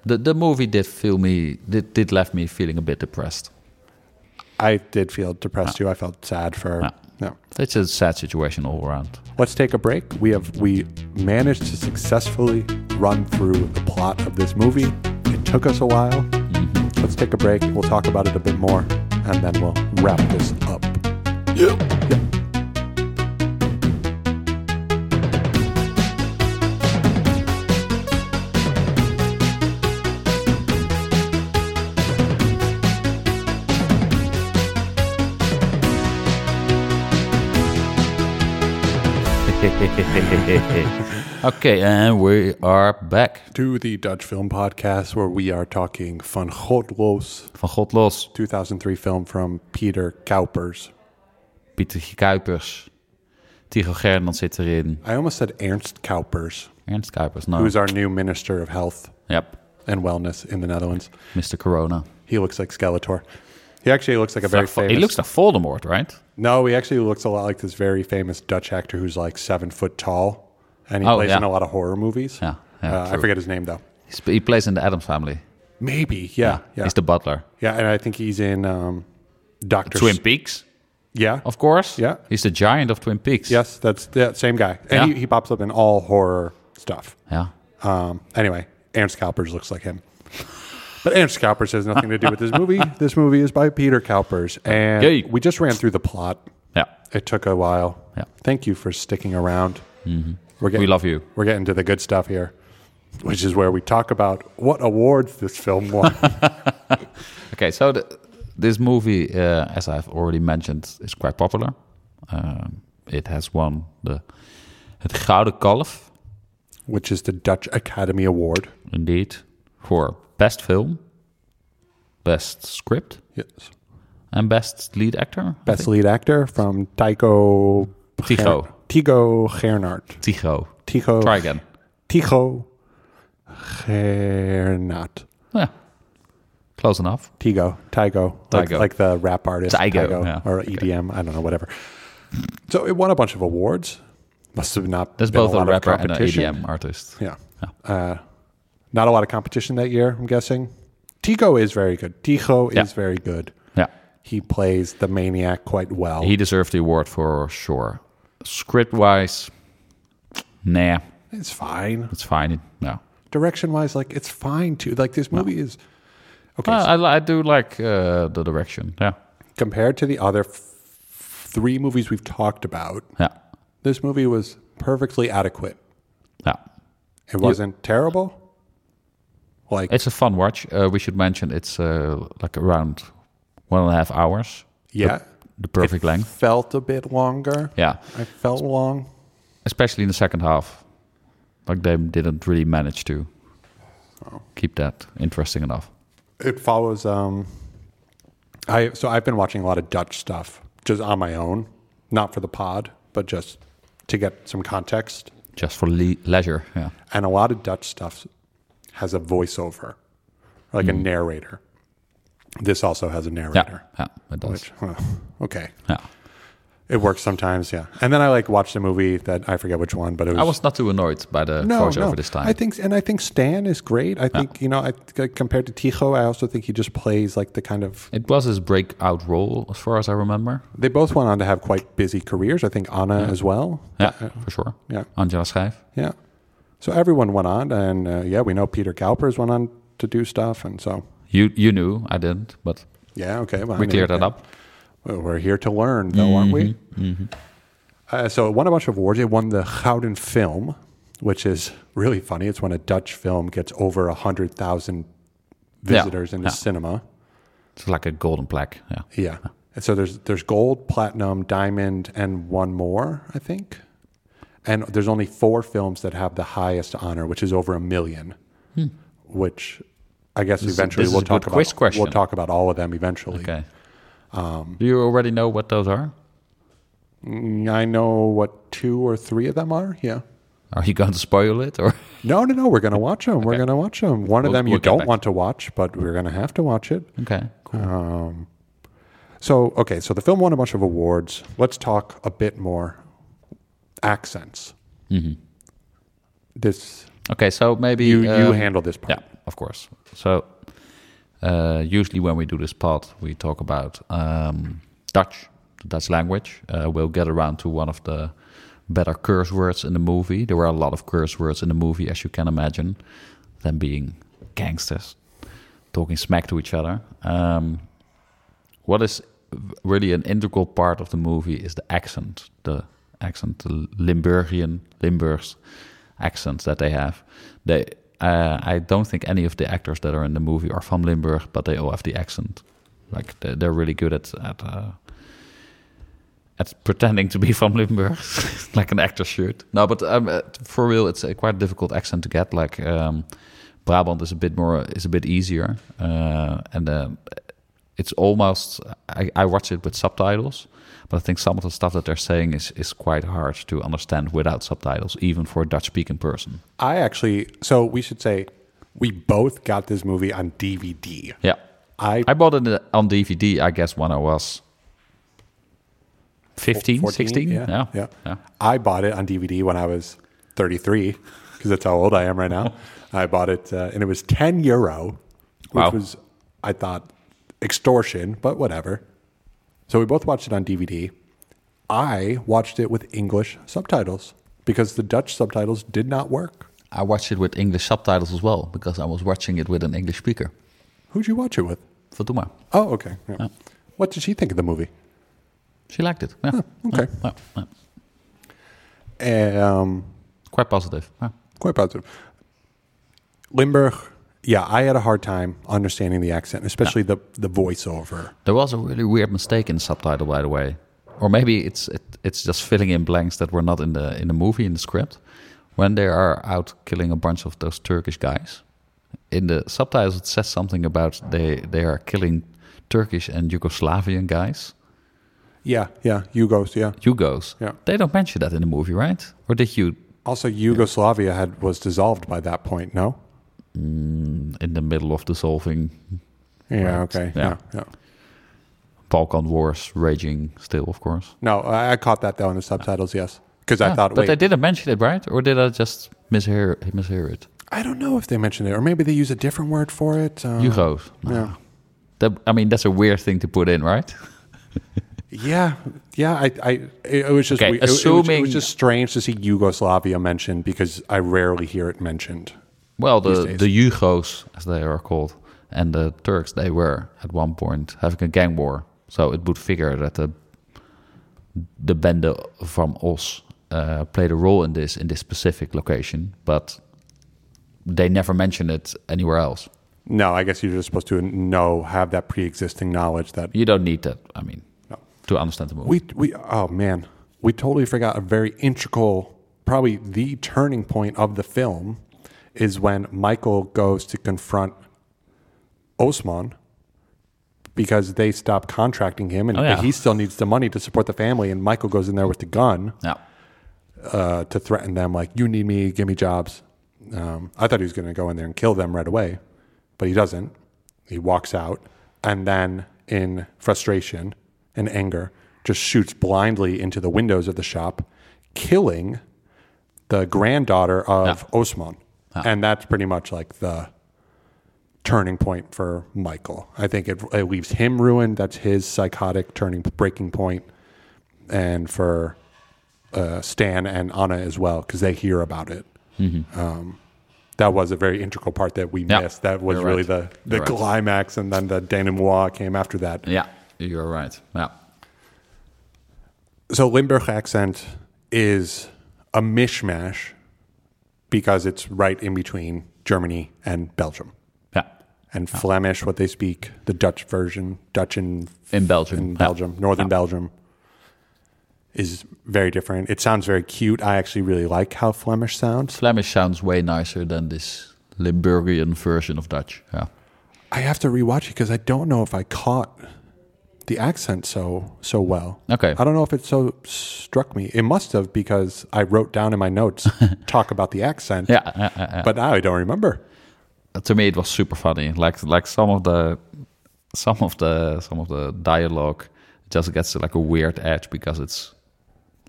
Speaker 2: The, the movie did feel me did, did left me feeling a bit depressed.
Speaker 1: I did feel depressed too. I felt sad for no.
Speaker 2: It's a sad situation all around.
Speaker 1: Let's take a break. We have we managed to successfully run through the plot of this movie. It took us a while. Let's take a break. We'll talk about it a bit more, and then we'll wrap this up.
Speaker 2: Okay, and we are back.
Speaker 1: To the Dutch Film Podcast, where we are talking Van Godlos,
Speaker 2: Van God los,
Speaker 1: 2003 film from Peter Kuipers.
Speaker 2: Pieter Kuipers, Tycho Gernand zit erin.
Speaker 1: I almost said Ernst Kuipers,
Speaker 2: Ernst Kuipers, no.
Speaker 1: who's our new Minister of Health
Speaker 2: Yep,
Speaker 1: and Wellness in the Netherlands.
Speaker 2: Mr. Corona.
Speaker 1: He looks like Skeletor. He actually looks like a very famous.
Speaker 2: He looks like Voldemort, right?
Speaker 1: No, he actually looks a lot like this very famous Dutch actor who's like seven foot tall, and he
Speaker 2: Oh,
Speaker 1: plays
Speaker 2: yeah.
Speaker 1: in a lot of horror movies.
Speaker 2: Yeah, yeah,
Speaker 1: uh, I
Speaker 2: true.
Speaker 1: forget his name though.
Speaker 2: He's, he plays in the Adams Family.
Speaker 1: Maybe, yeah, yeah, yeah.
Speaker 2: He's the butler.
Speaker 1: and I think he's in um, Doctor
Speaker 2: Twin Peaks,
Speaker 1: Yeah,
Speaker 2: of course.
Speaker 1: Yeah.
Speaker 2: He's the giant of Twin Peaks.
Speaker 1: yes, that's the same guy, and
Speaker 2: Yeah.
Speaker 1: he, he pops up in all horror stuff.
Speaker 2: Yeah.
Speaker 1: Um, anyway, Ernst Kalpers looks like him, but Ernst Kalpers has nothing to do with this movie. this movie is by Peter Kalpers, and
Speaker 2: Yay.
Speaker 1: we just ran through the plot.
Speaker 2: Yeah.
Speaker 1: It took a while.
Speaker 2: Yeah. Mm-hmm.
Speaker 1: Thank you for sticking around. We're getting,
Speaker 2: We love you.
Speaker 1: We're getting to the good stuff here, which is where we talk about what awards this film won.
Speaker 2: Okay, so the, this movie, uh, as I've already mentioned, is quite popular. Um, it has won the Het Gouden Kalf,
Speaker 1: which is the Dutch Academy Award.
Speaker 2: indeed, for best film, best script,
Speaker 1: Yes.
Speaker 2: and best lead actor. I
Speaker 1: Best lead actor from Tycho
Speaker 2: Tycho.
Speaker 1: Ger- Tycho Gernard.
Speaker 2: think. Tycho.
Speaker 1: Tycho
Speaker 2: Try again.
Speaker 1: Tycho Gernard.
Speaker 2: Yeah, close enough.
Speaker 1: Tygo, Tygo, like,
Speaker 2: Tygo.
Speaker 1: like the rap artist, E
Speaker 2: Tygo,
Speaker 1: Tygo,
Speaker 2: yeah.
Speaker 1: or EDM, I don't know, whatever. So it won a bunch of awards. Must have not.
Speaker 2: That's
Speaker 1: been
Speaker 2: both
Speaker 1: a,
Speaker 2: a E
Speaker 1: lot
Speaker 2: rapper
Speaker 1: of
Speaker 2: and an
Speaker 1: competition.
Speaker 2: EDM artist.
Speaker 1: Yeah.
Speaker 2: Oh.
Speaker 1: Uh, not a lot of competition that year, I'm guessing. Tico is very good. Tico
Speaker 2: Yeah.
Speaker 1: is very good.
Speaker 2: Yeah.
Speaker 1: He plays the maniac quite well.
Speaker 2: He deserved the award for sure. Script wise, nah,
Speaker 1: it's fine.
Speaker 2: it's fine. No.
Speaker 1: Direction wise, like it's fine too. Like this movie is okay.
Speaker 2: Well,
Speaker 1: so
Speaker 2: I, li- I do like uh, the direction. Yeah.
Speaker 1: compared to the other f- three movies we've talked about,
Speaker 2: Yeah.
Speaker 1: this movie was perfectly adequate.
Speaker 2: Yeah.
Speaker 1: It wasn't terrible. Like
Speaker 2: It's a fun watch. Uh, we should mention it's uh, like around one and a half hours,
Speaker 1: yeah,
Speaker 2: the perfect length.
Speaker 1: felt a bit longer.
Speaker 2: Yeah.
Speaker 1: I felt long.
Speaker 2: Especially in the second half. Like they didn't really manage to keep that interesting enough.
Speaker 1: it follows um i so i've been watching a lot of dutch stuff just on my own not for the pod but just to get some context
Speaker 2: Just for le- leisure. Yeah.
Speaker 1: and a lot of dutch stuff has a voiceover like a narrator this also has a
Speaker 2: Hmm. Yeah.
Speaker 1: narrator
Speaker 2: Yeah. It does.
Speaker 1: which huh, okay
Speaker 2: yeah.
Speaker 1: it works sometimes yeah and then i like watched a movie that i forget which one but it was
Speaker 2: I was not too annoyed by the
Speaker 1: no,
Speaker 2: voiceover
Speaker 1: no.
Speaker 2: this time.
Speaker 1: I think, and I think Stan is great. I think you know, I think compared to Ticho, I also think he just plays like the kind of
Speaker 2: it was his breakout role, as far as I remember.
Speaker 1: They both went on to have quite busy careers. I think Anna as well.
Speaker 2: Yeah, for sure.
Speaker 1: Yeah.
Speaker 2: Angela Schijf.
Speaker 1: Yeah. So everyone went on, and uh, yeah, we know Peter Cowper's went on to do stuff, and so
Speaker 2: You you knew I didn't, but
Speaker 1: yeah, okay. Well, I
Speaker 2: we
Speaker 1: mean,
Speaker 2: cleared that
Speaker 1: yeah.
Speaker 2: up. Mm-hmm,
Speaker 1: Well, We're here to learn, though, aren't we? Uh, so it won a bunch of awards. It won the Gouden Film, which is really funny. It's when a Dutch film gets over hundred thousand visitors in the
Speaker 2: Yeah.
Speaker 1: cinema.
Speaker 2: It's like a golden plaque. Yeah,
Speaker 1: Yeah. And so there's there's gold, platinum, diamond, and one more, I think. And there's only four films that have the highest honor, which is over a million. Which I guess
Speaker 2: is-
Speaker 1: eventually
Speaker 2: Hmm. this
Speaker 1: we'll
Speaker 2: is a
Speaker 1: talk
Speaker 2: good
Speaker 1: about.
Speaker 2: quiz question.
Speaker 1: We'll talk about all of them eventually.
Speaker 2: okay.
Speaker 1: Um,
Speaker 2: Do you already know what those are?
Speaker 1: Mm, I know what two or three of them are. Yeah.
Speaker 2: Are you going to spoil it? or
Speaker 1: No, no, no. We're gonna watch them. We're gonna watch them. One of
Speaker 2: We'll-
Speaker 1: them you
Speaker 2: we'll get
Speaker 1: don't
Speaker 2: back.
Speaker 1: want to watch, but we're gonna have to watch it.
Speaker 2: Okay, cool.
Speaker 1: So okay, so the film won a bunch of awards. Let's talk a bit more accents.
Speaker 2: Mm-hmm.
Speaker 1: This
Speaker 2: Okay, so maybe.
Speaker 1: you you
Speaker 2: um,
Speaker 1: handle this part.
Speaker 2: Yeah, of course. So uh, usually when we do this pod, we talk about um, Dutch, the Dutch language. Uh, we'll get around to one of the better curse words in the movie. There were a lot of curse words in the movie, as you can imagine. Them being gangsters talking smack to each other. Um, what is really an integral part of the movie is the accent, the accent, the Limburgian, Limburg's accents that they have. They, uh, I don't think any of the actors that are in the movie are from Limburg, but they all have the accent. Like they- they're really good at at, uh, at pretending to be from Limburg, like an actor should. No, but um, uh, for real, it's a quite difficult accent to get. Like um, Brabant is a bit more is a bit easier, uh, and uh, it's almost I, I watch it with subtitles, but I think some of the stuff that they're saying is is quite hard to understand without subtitles, even for a Dutch speaking person.
Speaker 1: I actually so we should say we both got this movie on DVD.
Speaker 2: Yeah,
Speaker 1: I
Speaker 2: I bought it uh, on DVD. I guess when I was 15,
Speaker 1: 14,
Speaker 2: 16.
Speaker 1: Yeah,
Speaker 2: yeah,
Speaker 1: yeah. I bought it on DVD when I was 33 because that's how old I am right now. I bought it uh, and it was 10 euro, which
Speaker 2: Wow.
Speaker 1: was I thought extortion, but whatever. So we both watched it on DVD. I watched it with English subtitles because the Dutch subtitles did not work.
Speaker 2: I watched it with English subtitles as well because I was watching it with an English speaker.
Speaker 1: Who'd you watch it with?
Speaker 2: Fatuma,
Speaker 1: Oh, okay. yeah. What did she think of the movie?
Speaker 2: she liked it. Yeah,
Speaker 1: Oh, Okay.
Speaker 2: Yeah, yeah.
Speaker 1: Um,
Speaker 2: quite positive. Yeah.
Speaker 1: quite positive. Limburg, yeah, I had a hard time understanding the accent, especially the the voiceover.
Speaker 2: There was a really weird mistake in the subtitle, by the way, or maybe it's it, it's just filling in blanks that were not in the in the movie in the script. When they are out killing a bunch of those Turkish guys, in the subtitles it says something about they they are killing Turkish and Yugoslavian guys,
Speaker 1: Yeah, yeah, Yugos, yeah.
Speaker 2: Yugos.
Speaker 1: Yeah.
Speaker 2: They don't mention that in the movie, right? Or did you
Speaker 1: Also, Yugoslavia had was dissolved by that point. No.
Speaker 2: in the middle of dissolving?
Speaker 1: Yeah.
Speaker 2: Right.
Speaker 1: Okay. Yeah.
Speaker 2: Yeah.
Speaker 1: yeah.
Speaker 2: Balkan Wars raging still, of course.
Speaker 1: No, I I caught that though in the subtitles. Yes, because I
Speaker 2: Ah,
Speaker 1: thought.
Speaker 2: but
Speaker 1: Wait,
Speaker 2: they didn't mention it, right? Or did I just mishear mishear it?
Speaker 1: I don't know if they mentioned it, or maybe they use a different word for it. Um,
Speaker 2: Euros.
Speaker 1: Yeah.
Speaker 2: That, I mean, that's a weird thing to put in, right?
Speaker 1: Yeah, yeah. I, I it, it was just
Speaker 2: Okay,
Speaker 1: we- it- it was- it, was,
Speaker 2: assuming-
Speaker 1: just strange to see Yugoslavia mentioned because I rarely hear it mentioned.
Speaker 2: Well, the
Speaker 1: days.
Speaker 2: the Yugos, as they are called, and the Turks, they were at one point having a gang war. So it would figure that the the Bende from Os uh, played a role in this in this specific location, but they never mention it anywhere else.
Speaker 1: No, I guess you're just supposed to know have that pre-existing knowledge that
Speaker 2: You don't need that. I mean,
Speaker 1: No.
Speaker 2: to understand the movie.
Speaker 1: we we oh man we totally forgot a very integral probably the turning point of the film is when Michael goes to confront Osman because they stop contracting him and
Speaker 2: Oh, yeah.
Speaker 1: but he still needs the money to support the family and Michael goes in there with the gun.
Speaker 2: yeah.
Speaker 1: uh, to threaten them, like, you need me, give me jobs. Um, I thought he was going to go in there and kill them right away, but he doesn't. He walks out and then, in frustration and anger, just shoots blindly into the windows of the shop, killing the granddaughter of Osman. And that's pretty much like the turning point for Michael. I think it, it leaves him ruined. That's his psychotic turning breaking point, and for uh, Stan and Anna as well because they hear about it. Um, that was a very integral part that we
Speaker 2: Mm-hmm. Yeah.
Speaker 1: missed. That was
Speaker 2: You're
Speaker 1: really
Speaker 2: right.
Speaker 1: the the
Speaker 2: You're right.
Speaker 1: climax, and then the denouement came after that.
Speaker 2: Yeah. You're right. Yeah.
Speaker 1: So Limburg accent is a mishmash because it's right in between Germany and Belgium.
Speaker 2: Yeah.
Speaker 1: and
Speaker 2: Ah.
Speaker 1: Flemish, what they speak, the Dutch version, Dutch in,
Speaker 2: In Belgium. Ah.
Speaker 1: in
Speaker 2: Yeah.
Speaker 1: Belgium, northern Belgium, is very different. It sounds very cute. I actually really like how Flemish sounds.
Speaker 2: Flemish sounds way nicer than this Limburgian version of Dutch. Yeah.
Speaker 1: I have to rewatch it because I don't know if I caught the accent so so well.
Speaker 2: Okay.
Speaker 1: I don't know if it so struck me. It must have because I wrote down in my notes talk about the accent,
Speaker 2: Yeah. yeah, yeah, yeah.
Speaker 1: but now I don't remember.
Speaker 2: to me it was super funny like like some of the some of the some of the dialogue just gets like a weird edge because it's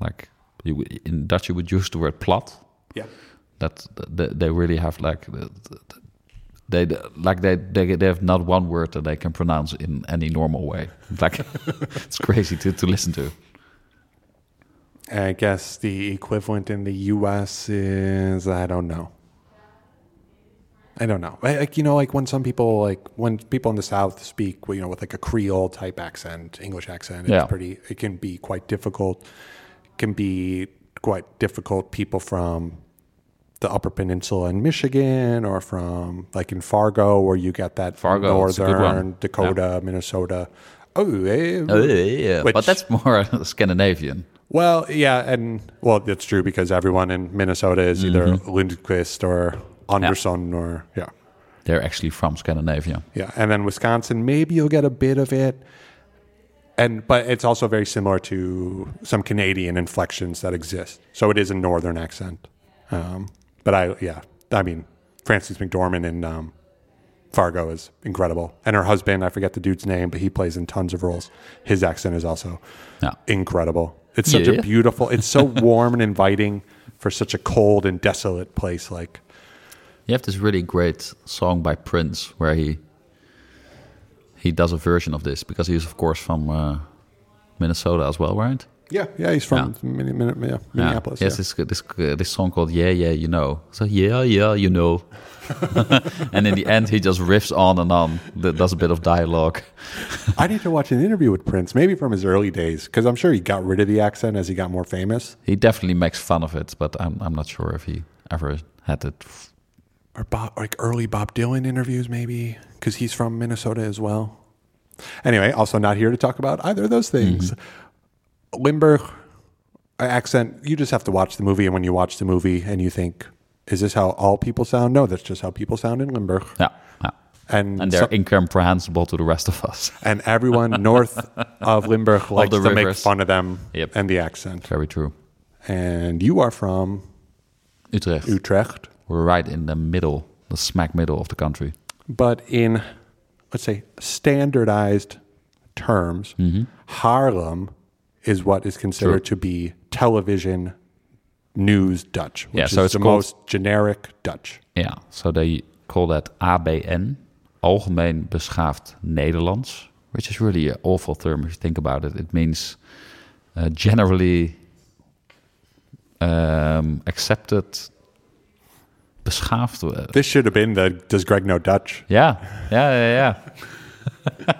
Speaker 2: like you, would- in dutch you would use the word plat
Speaker 1: Yeah.
Speaker 2: that that they really have like the- the- the- they like they, they they have not one word that they can pronounce in any normal way like it's crazy to, to listen to
Speaker 1: I guess the equivalent in the U.S. is I don't know. I don't know. I- Like you know, like when some people like when people in the South speak, well, you know, with like a Creole type accent, English accent, it's
Speaker 2: Yeah.
Speaker 1: pretty. It can be quite difficult. Can be quite difficult. People from the Upper Peninsula in Michigan, or from like in Fargo, where you get that
Speaker 2: Fargo, it's a good one.
Speaker 1: northern Dakota, Minnesota. Oh, eh,
Speaker 2: yeah,
Speaker 1: Which-
Speaker 2: but that's more scandinavian
Speaker 1: well, yeah, and well, that's true because everyone in Minnesota is either Lindquist or Anderson or yeah,
Speaker 2: they're actually from scandinavia
Speaker 1: yeah. And then Wisconsin, maybe you'll get a bit of it, and but it's also very similar to some Canadian inflections that exist. So it is a northern accent, um, but I yeah, I mean Frances McDormand in um, Fargo is incredible, and her husband I forget the dude's name, but he plays in tons of roles. His accent is also
Speaker 2: yeah
Speaker 1: incredible. It's such
Speaker 2: Yeah.
Speaker 1: a beautiful, it's so warm and inviting for such a cold and desolate place. Like,
Speaker 2: You have this really great song by Prince where he he does a version of this because he's of course from uh, Minnesota as well, right?
Speaker 1: yeah, yeah, he's from Minne- Minne- yeah, Minneapolis.
Speaker 2: Yes,
Speaker 1: yeah.
Speaker 2: this this uh, this song called Yeah Yeah You Know. So yeah yeah you know, and in the end he just riffs on and on. That does a bit of dialogue.
Speaker 1: I need to watch an interview with Prince, maybe from his early days, because I'm sure he got rid of the accent as he got more famous.
Speaker 2: He definitely makes fun of it, but I'm I'm not sure if he ever had it. f-
Speaker 1: Or Bob, like early Bob Dylan interviews, maybe, because he's from Minnesota as well. Anyway, also not here to talk about either of those things.
Speaker 2: Mm-hmm.
Speaker 1: Limburg accent, you just have to watch the movie. And when you watch the movie and you think, is this how all people sound? No, that's just how people sound in Limburg.
Speaker 2: Yeah, yeah.
Speaker 1: And
Speaker 2: and
Speaker 1: and,
Speaker 2: they're incomprehensible to the rest of us.
Speaker 1: and everyone north of Limburg likes to
Speaker 2: the
Speaker 1: make
Speaker 2: rivers.
Speaker 1: fun of them
Speaker 2: Yep.
Speaker 1: and the accent.
Speaker 2: Very true.
Speaker 1: And you are from
Speaker 2: Utrecht.
Speaker 1: Utrecht,
Speaker 2: We're right in the middle, the smack middle of the country.
Speaker 1: but in let's say standardized terms, Harlem is what is considered to be television news Dutch, which
Speaker 2: Yeah, so
Speaker 1: is
Speaker 2: it's
Speaker 1: the
Speaker 2: called-
Speaker 1: most generic Dutch.
Speaker 2: Yeah, so they call that ABN, Algemeen Beschaafd Nederlands, which is really an awful term if you think about it. It means uh, generally um, accepted, beschaafd. uh,
Speaker 1: This should have been the Does Greg Know Dutch?
Speaker 2: Yeah, yeah, yeah, yeah.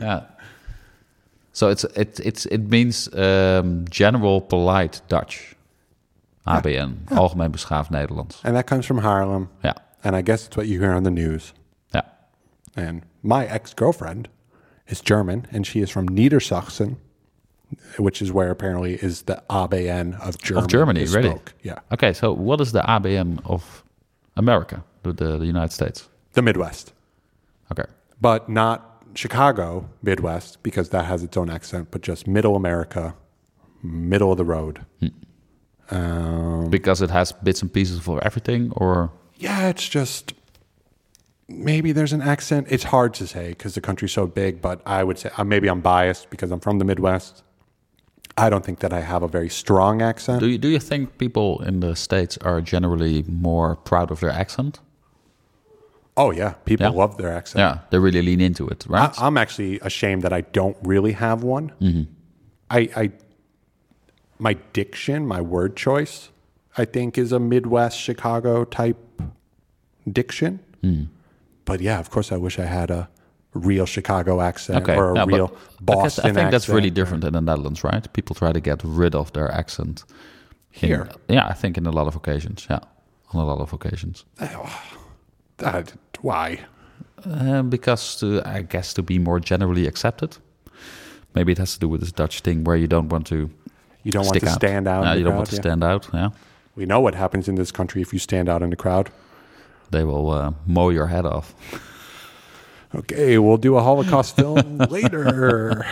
Speaker 2: yeah. So it's it it's it means um, general polite Dutch, ABN, Algemeen Beschaafd Nederlands.
Speaker 1: And that comes from Harlem.
Speaker 2: Ja,
Speaker 1: And I guess it's what you hear on the news.
Speaker 2: ja.
Speaker 1: And my ex girlfriend is German, and she is from Niedersachsen, which is where apparently is the ABN of Germany.
Speaker 2: Of Germany,
Speaker 1: is
Speaker 2: really?
Speaker 1: spoke. Yeah.
Speaker 2: Okay, so what is the ABM of America, the, the, the United States?
Speaker 1: The Midwest,
Speaker 2: Okay.
Speaker 1: but not Chicago Midwest, because that has its own accent, but just middle America, middle of the road. Um,
Speaker 2: Because it has bits and pieces for everything, or
Speaker 1: yeah, it's just maybe there's an accent. It's hard to say because the country's so big, but I would say uh, maybe I'm biased because I'm from the Midwest. I don't think that I have a very strong accent.
Speaker 2: do you, do you think people in the States are generally more proud of their accent?
Speaker 1: Oh yeah, people
Speaker 2: Yeah.
Speaker 1: love their accent.
Speaker 2: Yeah, they really lean into it, right?
Speaker 1: I, I'm actually ashamed that I don't really have one.
Speaker 2: Mm-hmm.
Speaker 1: I, I, my diction, my word choice, I think is a Midwest Chicago type diction.
Speaker 2: Mm.
Speaker 1: But yeah, of course, I wish I had a real Chicago accent
Speaker 2: okay.
Speaker 1: uh, or a
Speaker 2: yeah, but
Speaker 1: real
Speaker 2: I guess-
Speaker 1: Boston
Speaker 2: I think
Speaker 1: accent.
Speaker 2: that's really different in the Netherlands, right? People try to get rid of their accent in-
Speaker 1: Here.
Speaker 2: yeah, I think in a lot of occasions. Yeah, on a lot of occasions.
Speaker 1: That- why?
Speaker 2: Uh, because to, I guess to be more generally accepted. Maybe it has to do with this Dutch thing where you don't want to
Speaker 1: You don't want
Speaker 2: stick
Speaker 1: to
Speaker 2: out.
Speaker 1: stand out.
Speaker 2: Yeah,
Speaker 1: in
Speaker 2: you
Speaker 1: the
Speaker 2: don't want to
Speaker 1: crowd, yeah.
Speaker 2: stand out. Yeah,
Speaker 1: We know what happens in this country if you stand out in the crowd.
Speaker 2: they will uh, mow your head off.
Speaker 1: okay, we'll do a Holocaust film later.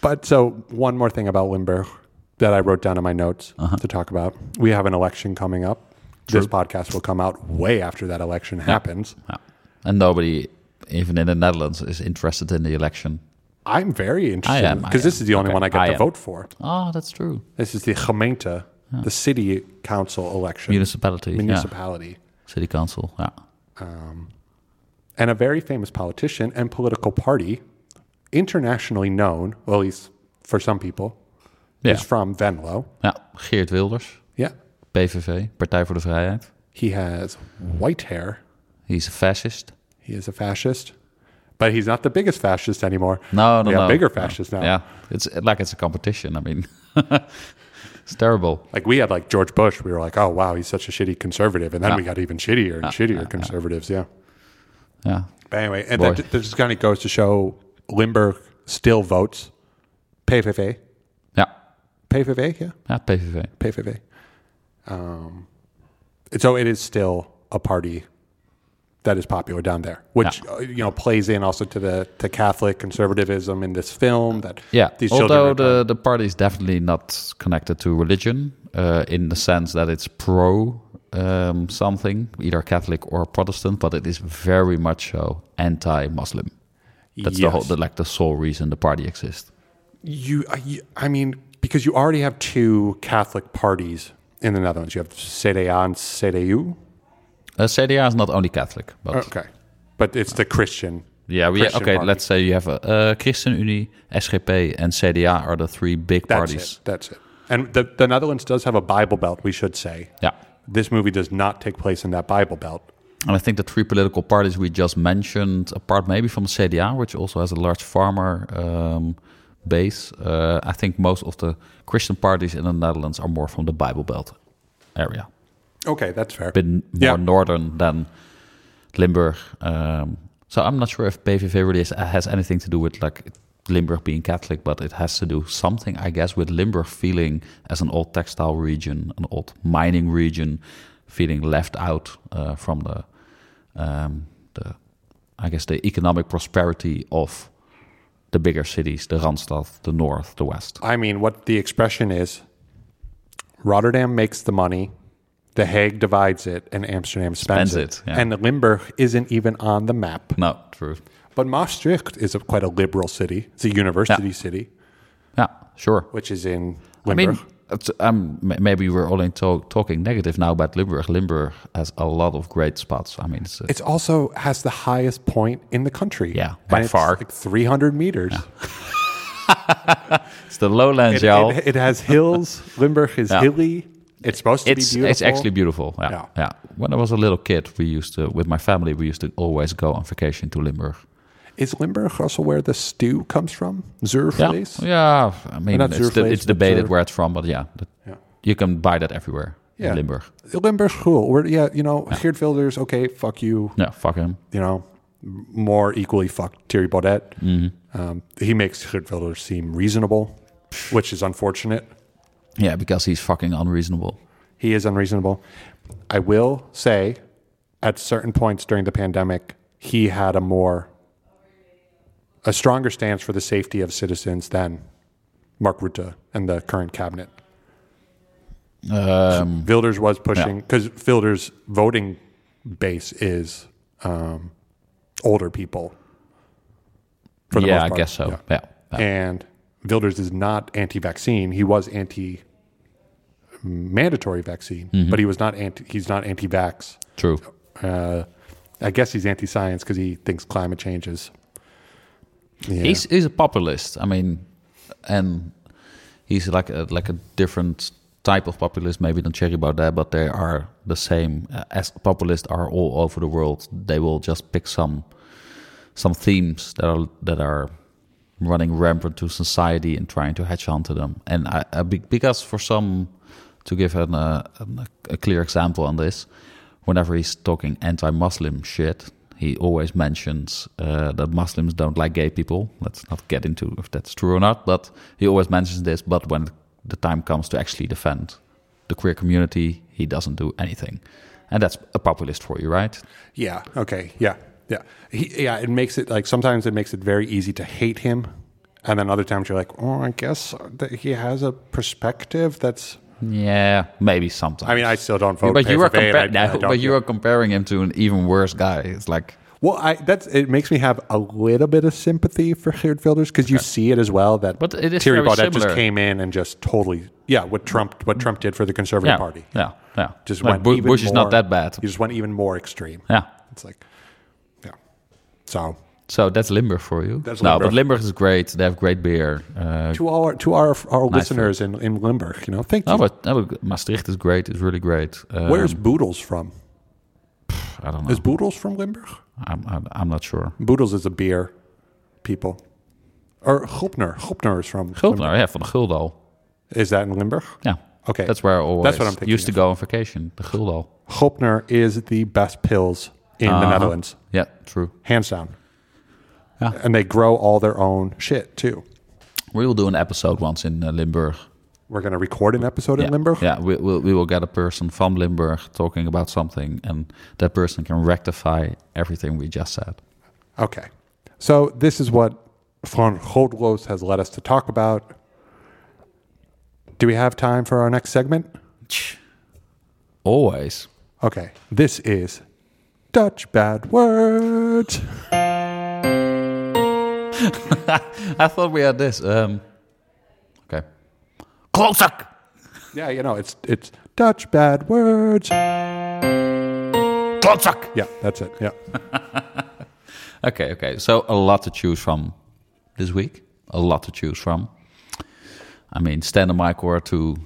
Speaker 1: But so, one more thing about Limburg that I wrote down in my notes
Speaker 2: Uh-huh.
Speaker 1: to talk about. We have an election coming up. This podcast will come out way after that election happens.
Speaker 2: Yeah. And nobody, even in the Netherlands, is interested in the election.
Speaker 1: I'm very interested
Speaker 2: I am, I
Speaker 1: because this
Speaker 2: am.
Speaker 1: is the only
Speaker 2: Okay,
Speaker 1: one I get
Speaker 2: I
Speaker 1: to
Speaker 2: am.
Speaker 1: vote for.
Speaker 2: Ah, that's true.
Speaker 1: This is the gemeente, the city council election,
Speaker 2: Municipality,
Speaker 1: municipality.
Speaker 2: yeah. city council. Yeah,
Speaker 1: and a very famous politician and political party, internationally known, well, at least for some people,
Speaker 2: Yeah.
Speaker 1: is from Venlo.
Speaker 2: yeah. Geert Wilders,
Speaker 1: Yeah.
Speaker 2: PVV, Partij voor de Vrijheid.
Speaker 1: He has white hair.
Speaker 2: He's a fascist.
Speaker 1: He is a fascist, but he's not the biggest fascist anymore.
Speaker 2: No, no,
Speaker 1: They have
Speaker 2: no.
Speaker 1: bigger
Speaker 2: No.
Speaker 1: fascists now.
Speaker 2: Yeah, it's like it's a competition. I mean, it's terrible.
Speaker 1: Like we had like George Bush, we were like, oh wow, he's such a shitty conservative, and then we got even shittier and shittier conservatives. Yeah.
Speaker 2: Yeah,
Speaker 1: But anyway, and
Speaker 2: Boy.
Speaker 1: that, that just kind of goes to show Limburg still votes. PVV,
Speaker 2: yeah,
Speaker 1: PVV, yeah,
Speaker 2: yeah. PVV.
Speaker 1: PVV. Um, and Um, so it is still a party that is popular down there, which uh, you know plays in also to the to Catholic conservatism in this film that
Speaker 2: Yeah,
Speaker 1: these
Speaker 2: although
Speaker 1: children are
Speaker 2: the, the party is definitely not connected to religion uh, in the sense that it's pro um, something, either Catholic or Protestant, but it is very much so anti-Muslim. That's the whole,
Speaker 1: Yes.
Speaker 2: the, like the sole reason the party exists.
Speaker 1: You, I- you, I mean, because you already have two Catholic parties in the Netherlands. You have CDA and CDU.
Speaker 2: Uh, CDA is not only Catholic, but
Speaker 1: Okay, but it's the Christian.
Speaker 2: yeah, we,
Speaker 1: Uh, Christian
Speaker 2: okay.
Speaker 1: party.
Speaker 2: Let's say you have a uh, ChristenUnie, SGP, and CDA are the three big
Speaker 1: That's
Speaker 2: parties.
Speaker 1: it. That's it. And the, the Netherlands does have a Bible Belt. We should say
Speaker 2: Yeah,
Speaker 1: this movie does not take place in that Bible Belt.
Speaker 2: and I think the three political parties we just mentioned, apart maybe from CDA, which also has a large farmer um, base, uh, I think most of the Christian parties in the Netherlands are more from the Bible Belt area,
Speaker 1: Okay, that's fair.
Speaker 2: a bit more
Speaker 1: Yeah.
Speaker 2: northern than Limburg. Um, so I'm not sure if PVV really is, has anything to do with like Limburg being Catholic, but it has to do something, I guess, with Limburg feeling as an old textile region, an old mining region, feeling left out uh, from the um, the, I guess, the economic prosperity of the bigger cities, the Randstad, the North, the West.
Speaker 1: I mean, what the expression is: Rotterdam makes the money, The Hague divides it, and Amsterdam spends,
Speaker 2: Spends it, yeah.
Speaker 1: And Limburg isn't even on the map.
Speaker 2: No, true.
Speaker 1: But Maastricht is a, quite a liberal city. It's a university city,
Speaker 2: Yeah, sure.
Speaker 1: which is in
Speaker 2: I
Speaker 1: Limburg.
Speaker 2: mean, it's, um, m- maybe we're only talk, talking negative now about Limburg. Limburg has a lot of great spots. I mean, it's, uh,
Speaker 1: it also has the highest point in the country.
Speaker 2: Yeah, by
Speaker 1: And it's
Speaker 2: far.
Speaker 1: like 300 meters.
Speaker 2: it's the lowlands,
Speaker 1: It,
Speaker 2: y'all.
Speaker 1: it- it has hills. Limburg is
Speaker 2: Yeah.
Speaker 1: hilly. It's supposed to
Speaker 2: it's
Speaker 1: be beautiful.
Speaker 2: it's actually beautiful. Yeah.
Speaker 1: Yeah.
Speaker 2: yeah, When I was a little kid, we used to with my family we used to always go on vacation to Limburg.
Speaker 1: Is Limburg also where the stew comes from?
Speaker 2: Yeah,
Speaker 1: Zurflees?
Speaker 2: yeah. I mean,
Speaker 1: not
Speaker 2: it's, the,
Speaker 1: Zurflees,
Speaker 2: it's
Speaker 1: but
Speaker 2: debated
Speaker 1: Zur-
Speaker 2: where it's from, but yeah, that-
Speaker 1: Yeah.
Speaker 2: you can buy that everywhere
Speaker 1: Yeah.
Speaker 2: in Limburg.
Speaker 1: Limburg's cool. We're, yeah, you know, Geertwilders, okay, fuck you.
Speaker 2: Yeah, fuck him.
Speaker 1: You know, m- more equally fuck Thierry Baudet. Um, he makes Geertwilders seem reasonable, which is unfortunate.
Speaker 2: Yeah, because he's fucking unreasonable.
Speaker 1: He is unreasonable. I will say, at certain points during the pandemic, he had a more, a stronger stance for the safety of citizens than Mark Rutte and the current cabinet.
Speaker 2: Um,
Speaker 1: Wilders was pushing because Wilders' voting base is um, older people. For
Speaker 2: yeah,
Speaker 1: most
Speaker 2: I
Speaker 1: part.
Speaker 2: guess so.
Speaker 1: Yeah.
Speaker 2: Yeah.
Speaker 1: And Wilders is not anti-vaccine. He was anti-mandatory vaccine,
Speaker 2: Mm-hmm.
Speaker 1: but he was not anti. He's not anti-vax.
Speaker 2: true.
Speaker 1: Uh, I guess he's anti-science because he thinks climate change is. Yeah.
Speaker 2: He's he's a populist. I mean, and he's like a, like a different type of populist, maybe than Thierry Baudet, but they are the same. Uh, As populists are all over the world, they will just pick some some themes that are that are running rampant to society and trying to hedge onto them. And I, I, be- because for some, to give an, uh, an, a clear example on this, whenever he's talking anti-Muslim shit, he always mentions uh, that Muslims don't like gay people. Let's not get into if that's true or not, but he always mentions this. But when the time comes to actually defend the queer community, he doesn't do anything. And that's a populist for you, right?
Speaker 1: Yeah. Okay. Yeah. Yeah. He, yeah. It makes it like sometimes it makes it very easy to hate him, and then other times you're like, oh, I guess that he has a perspective that's.
Speaker 2: Yeah, maybe sometimes.
Speaker 1: I mean, I still don't vote.
Speaker 2: but you are
Speaker 1: PVV, and I-
Speaker 2: comparing,
Speaker 1: I don't-
Speaker 2: but you are comparing him to an even worse guy. It's like,
Speaker 1: Well, I that's it makes me have a little bit of sympathy for Geertwilders because you see it as well that
Speaker 2: But it is
Speaker 1: Thierry
Speaker 2: very
Speaker 1: Baudet just
Speaker 2: similar.
Speaker 1: came in and just totally yeah what Trump what Trump did for the Conservative
Speaker 2: yeah,
Speaker 1: Party
Speaker 2: yeah, yeah.
Speaker 1: just
Speaker 2: Like,
Speaker 1: went
Speaker 2: Bu-
Speaker 1: even
Speaker 2: Bush is
Speaker 1: more-
Speaker 2: not that bad.
Speaker 1: He just went even more extreme.
Speaker 2: Yeah.
Speaker 1: It's like yeah, so
Speaker 2: So that's Limburg for you.
Speaker 1: That's
Speaker 2: no,
Speaker 1: Limburg.
Speaker 2: but Limburg is great. They have great beer. Uh,
Speaker 1: to all our, to our our listeners in, in Limburg, you know, thank you.
Speaker 2: no, but, no, but Maastricht is great. It's really great. Um,
Speaker 1: Where's Boodles from?
Speaker 2: I don't know.
Speaker 1: Is Boodles from Limburg?
Speaker 2: I'm, I'm, I'm not sure.
Speaker 1: Boodles is a beer, people. Or Gulpner. Gulpner is from.
Speaker 2: Guldner, yeah, van de Guldal.
Speaker 1: Is that in Limburg?
Speaker 2: Yeah.
Speaker 1: Okay.
Speaker 2: That's where I always
Speaker 1: That's what I'm thinking
Speaker 2: used to
Speaker 1: of.
Speaker 2: go on vacation. The Guldal.
Speaker 1: Gulpner is the best pills in the
Speaker 2: Uh-huh.
Speaker 1: Netherlands,
Speaker 2: Yeah, true.
Speaker 1: hands down.
Speaker 2: Yeah.
Speaker 1: And they grow all their own shit too.
Speaker 2: We will do an episode once in uh, Limburg.
Speaker 1: We're going to record an episode in
Speaker 2: yeah.
Speaker 1: Limburg.
Speaker 2: Yeah, we, we'll, we will get a person from Limburg talking about something, and that person can rectify everything we just said.
Speaker 1: Okay. So this is what Von Goldloos has led us to talk about. Do we have time for our next segment?
Speaker 2: Always.
Speaker 1: Okay. This is Dutch bad words.
Speaker 2: I thought we had this. Um, okay. Klootzak!
Speaker 1: Yeah, you know, it's it's Dutch bad words.
Speaker 2: Klootzak!
Speaker 1: Yeah, that's it. Yeah.
Speaker 2: Okay, okay. So a lot to choose from this week. A lot to choose from. I mean, stand mic or two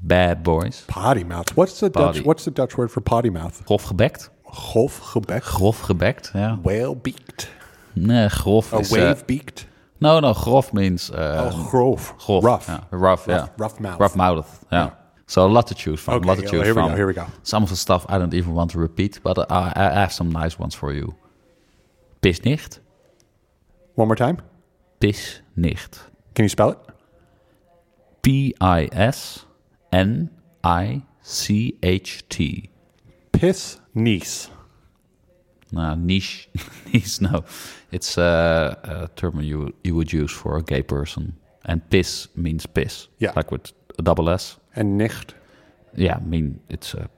Speaker 2: bad boys.
Speaker 1: Potty mouth. What's the
Speaker 2: Potty.
Speaker 1: Dutch what's the Dutch word for potty mouth?
Speaker 2: Grofgebekt.
Speaker 1: Golfgebek.
Speaker 2: Grofgebekt, yeah.
Speaker 1: Whale beaked.
Speaker 2: Nee, grof
Speaker 1: A
Speaker 2: is... uh,
Speaker 1: Oh, wave beaked.
Speaker 2: no, no, grof means... Uh,
Speaker 1: Oh, grof.
Speaker 2: Grof.
Speaker 1: Rough.
Speaker 2: Yeah, rough, yeah.
Speaker 1: rough mouth.
Speaker 2: Rough mouthed, yeah. So a lot to choose from.
Speaker 1: Okay,
Speaker 2: a lot to
Speaker 1: yeah,
Speaker 2: choose
Speaker 1: here we
Speaker 2: from.
Speaker 1: go, here we go.
Speaker 2: Some of the stuff I don't even want to repeat, but I, I I have some nice ones for you. Bis nicht.
Speaker 1: One more time.
Speaker 2: Bis nicht.
Speaker 1: Can you spell it?
Speaker 2: P I S N I C H T.
Speaker 1: Piss niece.
Speaker 2: No, niche. niche, no. It's a, a term you, you would use for a gay person. And piss means piss.
Speaker 1: Yeah.
Speaker 2: Like with a double S.
Speaker 1: And nicht.
Speaker 2: Yeah, I mean, it's a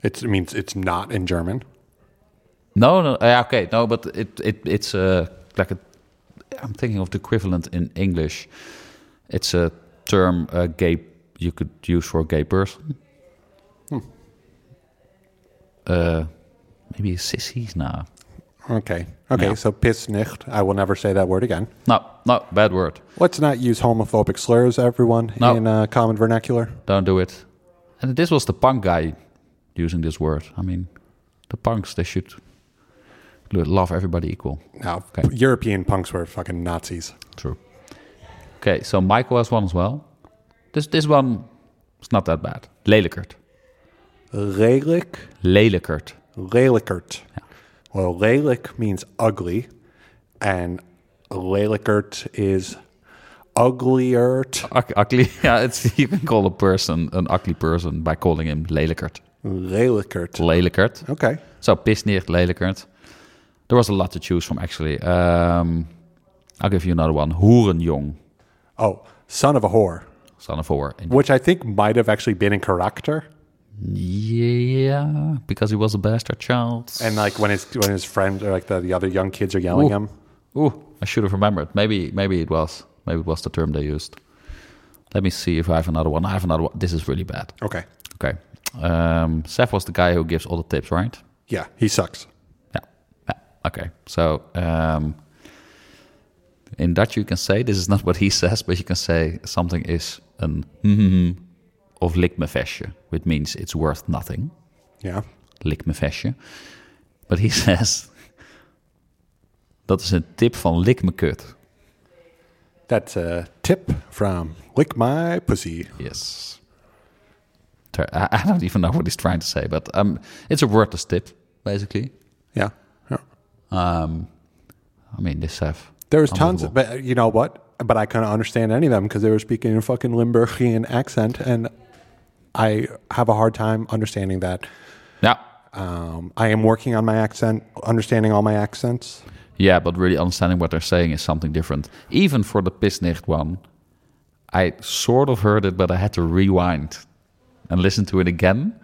Speaker 1: It's, it means it's not in German.
Speaker 2: No, no, yeah, okay, no, but it it it's uh, like a. I'm thinking of the equivalent in English. It's a term uh, gay you could use for a gay person.
Speaker 1: Hmm.
Speaker 2: Uh, maybe sissies now.
Speaker 1: Okay. Okay.
Speaker 2: Yeah.
Speaker 1: So pissnicht. I will never say that word again.
Speaker 2: No, no, bad word.
Speaker 1: Let's not use homophobic slurs, everyone,
Speaker 2: No.
Speaker 1: in uh, common vernacular.
Speaker 2: Don't do it. And this was the punk guy using this word. I mean, the punks they should love everybody equal.
Speaker 1: No.
Speaker 2: Okay.
Speaker 1: p- European punks were fucking Nazis.
Speaker 2: True. Okay, so Michael has one as well. This this one is not that bad. Lelijkert.
Speaker 1: Lelijk.
Speaker 2: Lelijkert.
Speaker 1: Lelijkert. Well, lelijk means ugly, and lelijkert is ugliert.
Speaker 2: Ug- ugly. Yeah, it's you can call a person an ugly person by calling him lelijkert.
Speaker 1: Lelijkert.
Speaker 2: Lelijkert.
Speaker 1: Okay.
Speaker 2: So pisneert, lelijkert. There was a lot to choose from actually. Um, I'll give you another one. Hoerenjong.
Speaker 1: Oh, son of a whore,
Speaker 2: Son of a whore. In
Speaker 1: which I think might have actually been in character.
Speaker 2: Yeah, because he was a bastard child.
Speaker 1: And like when his when his friend or like the, the other young kids are yelling him.
Speaker 2: Ooh, I should have remembered. Maybe, maybe it was. Maybe it was the term they used. Let me see if I have another one. I have another one. This is really bad.
Speaker 1: Okay.
Speaker 2: Okay. Um, Seth was the guy who gives all the tips, right?
Speaker 1: Yeah, he sucks.
Speaker 2: Yeah. yeah. Okay. So um, in Dutch, you can say this is not what he says, but you can say something is an of likmefesje, which means it's worth nothing.
Speaker 1: Yeah.
Speaker 2: Lick me vestje. But he says, dat is een tip van lik me kut.
Speaker 1: That's a tip from Lick My Pussy.
Speaker 2: Yes. Ter- I I don't even know what he's trying to say, but um, it's a wordless tip, basically.
Speaker 1: Yeah. yeah.
Speaker 2: Um, I mean, this stuff.
Speaker 1: There was tons of, but you know what? But I couldn't understand any of them because they were speaking in a fucking Limburgian accent, and I have a hard time understanding that.
Speaker 2: Yeah,
Speaker 1: Um, I am working on my accent, understanding all my accents.
Speaker 2: yeah, but really understanding what they're saying is something different. Even for the pisnicht one, I sort of heard it, but I had to rewind and listen to it again.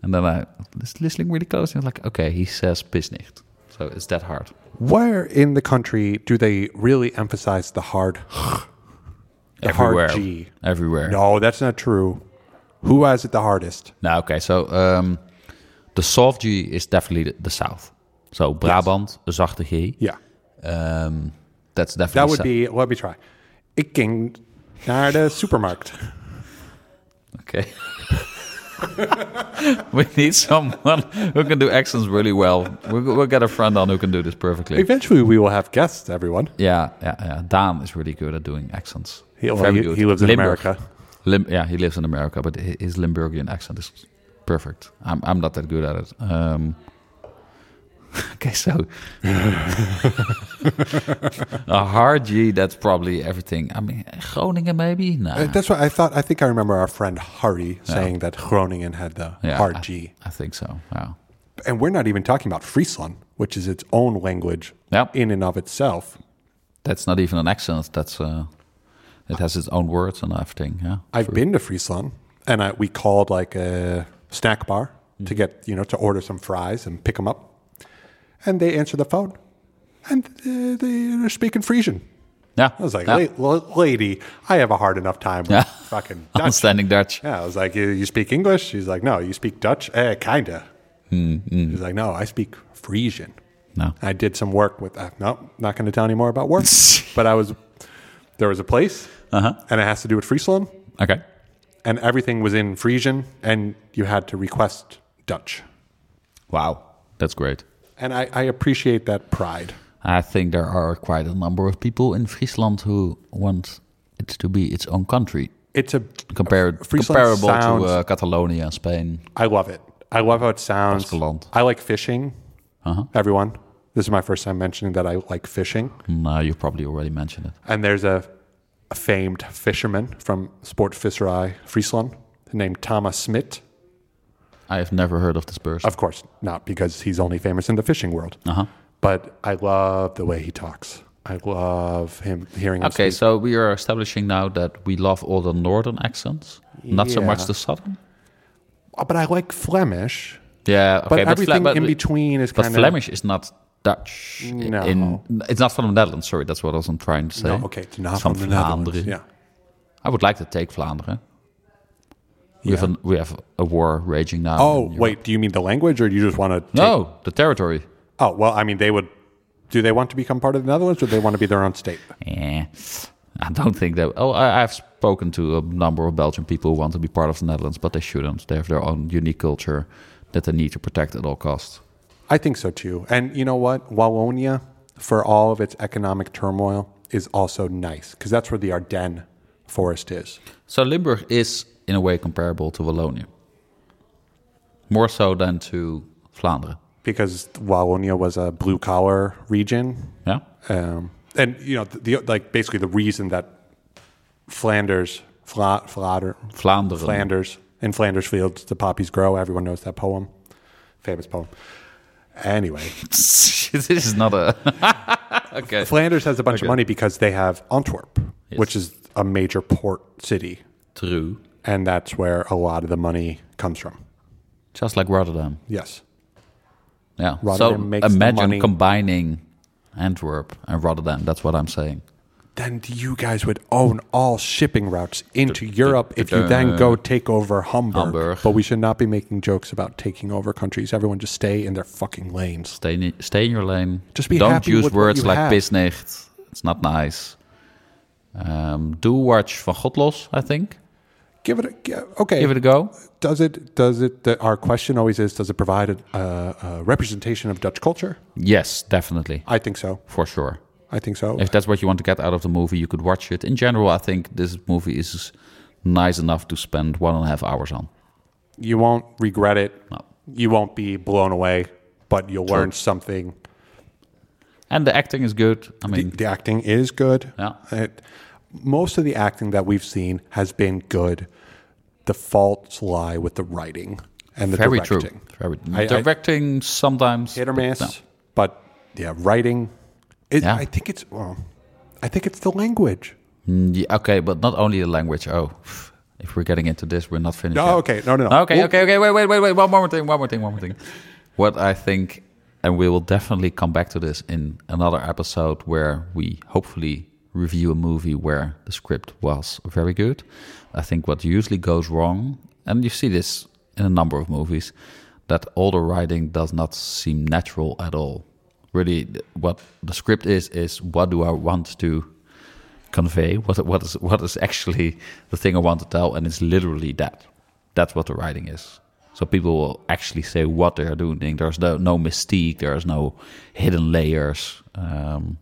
Speaker 2: And then I was listening really close, and I was like, okay, he says pisnicht. So it's that hard.
Speaker 1: Where in the country do they really emphasize the hard, the
Speaker 2: Everywhere.
Speaker 1: hard G?
Speaker 2: Everywhere.
Speaker 1: No, that's not true. Who has it the hardest?
Speaker 2: Nou, okay. So um, the soft G is definitely the, the south. So Brabant, a zachte G.
Speaker 1: Yeah,
Speaker 2: Um, that's
Speaker 1: that
Speaker 2: definitely
Speaker 1: would
Speaker 2: sou-
Speaker 1: be. Let me try. Ik ging naar de supermarkt.
Speaker 2: okay. we need someone who can do accents really well. We'll, we'll get a friend on who can do this perfectly.
Speaker 1: Eventually, we will have guests. Everyone.
Speaker 2: Yeah, yeah, yeah. Daan is really good at doing accents.
Speaker 1: He, well,
Speaker 2: Very
Speaker 1: he-
Speaker 2: good.
Speaker 1: he lives in
Speaker 2: Limburg.
Speaker 1: America.
Speaker 2: Lim- yeah, he lives in America, but hi- his Limburgian accent is perfect. I'm, I'm not that good at it. Um, okay, so a hard G, that's probably everything. I mean, Groningen maybe? No.
Speaker 1: Uh, That's what I thought. I think I remember our friend Harry saying that Groningen had the
Speaker 2: yeah, I-
Speaker 1: hard G.
Speaker 2: I think so. Wow.
Speaker 1: And we're not even talking about Friesland, which is its own language
Speaker 2: Yep.
Speaker 1: in and of itself.
Speaker 2: That's not even an accent. That's uh, it has its own words and everything. Yeah.
Speaker 1: I've been to Friesland and I, we called like a snack bar
Speaker 2: Mm.
Speaker 1: to get, you know, to order some fries and pick them up. And they answer the phone and uh, they're speaking Frisian.
Speaker 2: Yeah.
Speaker 1: I was like,
Speaker 2: yeah.
Speaker 1: "La- la- lady, I have a hard enough time with
Speaker 2: Yeah.
Speaker 1: fucking Dutch.
Speaker 2: understanding Dutch.
Speaker 1: Yeah, I was like, you, you speak English? She's like, no, you speak Dutch? Eh, kinda.
Speaker 2: Mm,
Speaker 1: She's like, no, I speak Frisian.
Speaker 2: No.
Speaker 1: I did some work with, uh, no, not going to tell any more about work. but I was, there was a place,
Speaker 2: Uh-huh.
Speaker 1: and it has to do with Friesland,
Speaker 2: Okay.
Speaker 1: and everything was in Frisian, and you had to request Dutch.
Speaker 2: Wow. That's great.
Speaker 1: And I, I appreciate that pride.
Speaker 2: I think there are quite a number of people in Friesland who want it to be its own country,
Speaker 1: It's a,
Speaker 2: compared,
Speaker 1: Friesland
Speaker 2: comparable
Speaker 1: sounds-
Speaker 2: to uh, Catalonia, Spain.
Speaker 1: I love it. I love how it sounds.
Speaker 2: Baskeland. Uh-huh.
Speaker 1: I like fishing. Everyone, this is my first time mentioning that I like fishing.
Speaker 2: No, Mm, uh, you probably already mentioned it.
Speaker 1: And there's a, a famed fisherman from Sportvisserij Friesland named Thomas Smit.
Speaker 2: I have never heard of this person.
Speaker 1: Of course, not because he's only famous in the fishing world.
Speaker 2: Uh-huh.
Speaker 1: But I love the way he talks. I love him hearing him
Speaker 2: Okay,
Speaker 1: speak.
Speaker 2: so we are establishing now that we love all the northern accents, not so
Speaker 1: Yeah.
Speaker 2: much the southern.
Speaker 1: Uh, But I like Flemish.
Speaker 2: Yeah,
Speaker 1: But
Speaker 2: okay, but Fla-
Speaker 1: everything
Speaker 2: but-
Speaker 1: in between is
Speaker 2: But
Speaker 1: kind of
Speaker 2: Flemish is not Dutch. i-
Speaker 1: No.
Speaker 2: in- it's not from the Netherlands. Sorry, that's what I was trying to say.
Speaker 1: no, okay. It's not
Speaker 2: Some
Speaker 1: from the Netherlands.
Speaker 2: Vlaanderen.
Speaker 1: Yeah.
Speaker 2: I would like to take Vlaanderen. We
Speaker 1: Yeah.
Speaker 2: have an, we have a war raging now.
Speaker 1: Oh
Speaker 2: in Europe.
Speaker 1: wait, do you mean the language, or do you just want to?
Speaker 2: no, the territory.
Speaker 1: Oh well, I mean, they would. Do they want to become part of the Netherlands, or do they want to be their own state?
Speaker 2: Eh, I don't think that. Oh, I, I've spoken to a number of Belgian people who want to be part of the Netherlands, but they shouldn't. They have their own unique culture that they need to protect at all costs.
Speaker 1: I think so too. And you know what? Wallonia, for all of its economic turmoil, is also nice because that's where the Ardennes forest is.
Speaker 2: So Limburg is, in a way, comparable to Wallonia, more so than to Vlaanderen.
Speaker 1: Because Wallonia was a blue collar region,
Speaker 2: Yeah.
Speaker 1: um, and you know, the, the like basically the reason that Flanders, Fla, Flader,
Speaker 2: Vlaanderen.
Speaker 1: Flanders. In Flanders Fields, the poppies grow. Everyone knows that poem. Famous poem. Anyway,
Speaker 2: this is not a. okay.
Speaker 1: Flanders has a bunch of money because they have Antwerp, which is a major port city.
Speaker 2: True.
Speaker 1: And that's where a lot of the money comes from.
Speaker 2: Just like Rotterdam.
Speaker 1: Yes.
Speaker 2: Yeah.
Speaker 1: Rotterdam
Speaker 2: so
Speaker 1: makes the
Speaker 2: imagine
Speaker 1: money.
Speaker 2: combining Antwerp and Rotterdam. That's what I'm saying.
Speaker 1: Then you guys would own all shipping routes into Europe if you then go take over Hamburg.
Speaker 2: uh, Hamburg.
Speaker 1: But we should not be making jokes about taking over countries. Everyone just stay in their fucking lanes.
Speaker 2: Stay in, stay in your lane.
Speaker 1: Just be
Speaker 2: Don't
Speaker 1: happy
Speaker 2: use
Speaker 1: with what
Speaker 2: words
Speaker 1: you
Speaker 2: like
Speaker 1: have.
Speaker 2: pisnicht. It's not nice. Um, do watch Van Godlos, I think.
Speaker 1: Give it a g- okay.
Speaker 2: Give it a go.
Speaker 1: does it does it the, our question always is does it provide a, a, a representation of dutch culture
Speaker 2: Yes, definitely.
Speaker 1: i think so
Speaker 2: For sure.
Speaker 1: i think so
Speaker 2: If that's what you want to get out of the movie, you could watch it. In general, I think this movie is nice enough to spend one and a half hours on.
Speaker 1: you won't regret it you won't be blown away but you'll learn something
Speaker 2: And the acting is good. I mean,
Speaker 1: the acting is good
Speaker 2: Yeah.
Speaker 1: It- most of the acting that we've seen has been good the faults lie with the writing and the
Speaker 2: very
Speaker 1: directing
Speaker 2: true. Very
Speaker 1: I- I-
Speaker 2: directing sometimes
Speaker 1: hit or
Speaker 2: but
Speaker 1: miss
Speaker 2: no.
Speaker 1: but yeah writing it,
Speaker 2: Yeah.
Speaker 1: i think it's well i think it's the language
Speaker 2: Mm, yeah, okay, but not only the language. Oh, if we're getting into this, we're not finished.
Speaker 1: no
Speaker 2: yet.
Speaker 1: Oh, okay no no no
Speaker 2: Okay, okay, okay. Wait, wait, wait, wait. One more thing. One more thing. One more thing. What I think, and we will definitely come back to this in another episode where we hopefully review a movie where the script was very good. I think what usually goes wrong, and you see this in a number of movies, that all the writing does not seem natural at all. Really, th- what the script is is what do I want to convey what what is what is actually the thing I want to tell, and it's literally that. That's what the writing is. So people will actually say what they are doing. There's no, no mystique. There's no hidden layers. Um,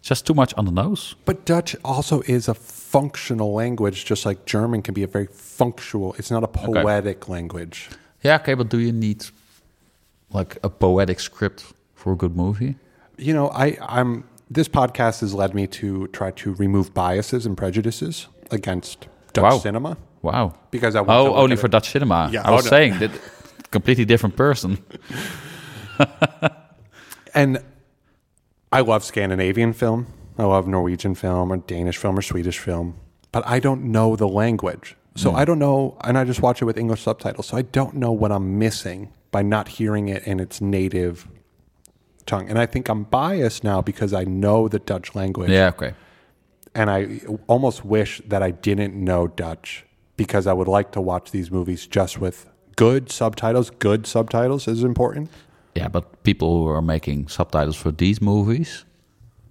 Speaker 2: just too much on the nose.
Speaker 1: But Dutch also is a functional language, just like German can be a very functional. It's not a poetic language.
Speaker 2: Yeah, okay, but do you need like a poetic script for a good movie?
Speaker 1: You know, I, I'm this podcast has led me to try to remove biases and prejudices against Dutch
Speaker 2: Wow.
Speaker 1: cinema
Speaker 2: Wow.
Speaker 1: because I want to
Speaker 2: Oh,
Speaker 1: look
Speaker 2: only
Speaker 1: at
Speaker 2: for
Speaker 1: it-
Speaker 2: Dutch cinema.
Speaker 1: Yeah,
Speaker 2: I was
Speaker 1: oh, no.
Speaker 2: saying that completely different person.
Speaker 1: And I love Scandinavian film. I love Norwegian film or Danish film or Swedish film, but I don't know the language. So I don't know, and I just watch it with English subtitles. So I don't know what I'm missing by not hearing it in its native tongue. And I think I'm biased now because I know the Dutch language.
Speaker 2: Yeah, okay.
Speaker 1: And I almost wish that I didn't know Dutch because I would like to watch these movies just with good subtitles. Good subtitles is important.
Speaker 2: Yeah, but people who are making subtitles for these movies,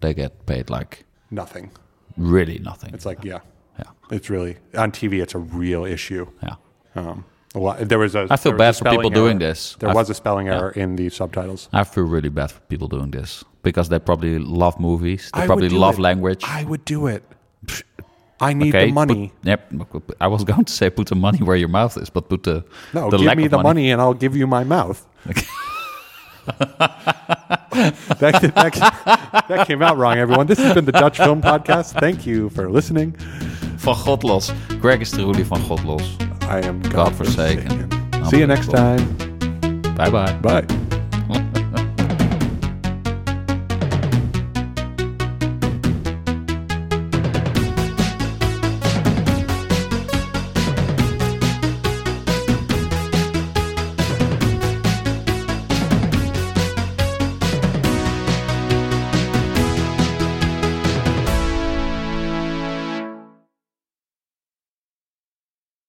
Speaker 2: they get paid like
Speaker 1: Nothing.
Speaker 2: really nothing.
Speaker 1: It's like, yeah.
Speaker 2: Yeah.
Speaker 1: It's really on TV. It's a real issue.
Speaker 2: yeah.
Speaker 1: Um, a lot, there was a.
Speaker 2: I feel
Speaker 1: there was
Speaker 2: bad
Speaker 1: a
Speaker 2: for people
Speaker 1: spelling
Speaker 2: doing
Speaker 1: error.
Speaker 2: this.
Speaker 1: There
Speaker 2: I-
Speaker 1: was a spelling error in the subtitles.
Speaker 2: I feel really bad for people doing this because they probably love movies. They
Speaker 1: would
Speaker 2: probably
Speaker 1: do
Speaker 2: love
Speaker 1: it.
Speaker 2: language.
Speaker 1: I would do it. I need the money.
Speaker 2: put- yep. I was going to say put the money where your mouth is, but put the
Speaker 1: no,
Speaker 2: the
Speaker 1: give
Speaker 2: lack
Speaker 1: me
Speaker 2: of
Speaker 1: the money.
Speaker 2: money.
Speaker 1: and I'll give you my mouth. that, that- that came out wrong, everyone. This has been the Dutch Film Podcast. Thank you for listening.
Speaker 2: Van God los. Greg is truly van God los.
Speaker 1: I am
Speaker 2: Godforsaken.
Speaker 1: Godforsaken. See you next time.
Speaker 2: Bye bye.
Speaker 1: Bye.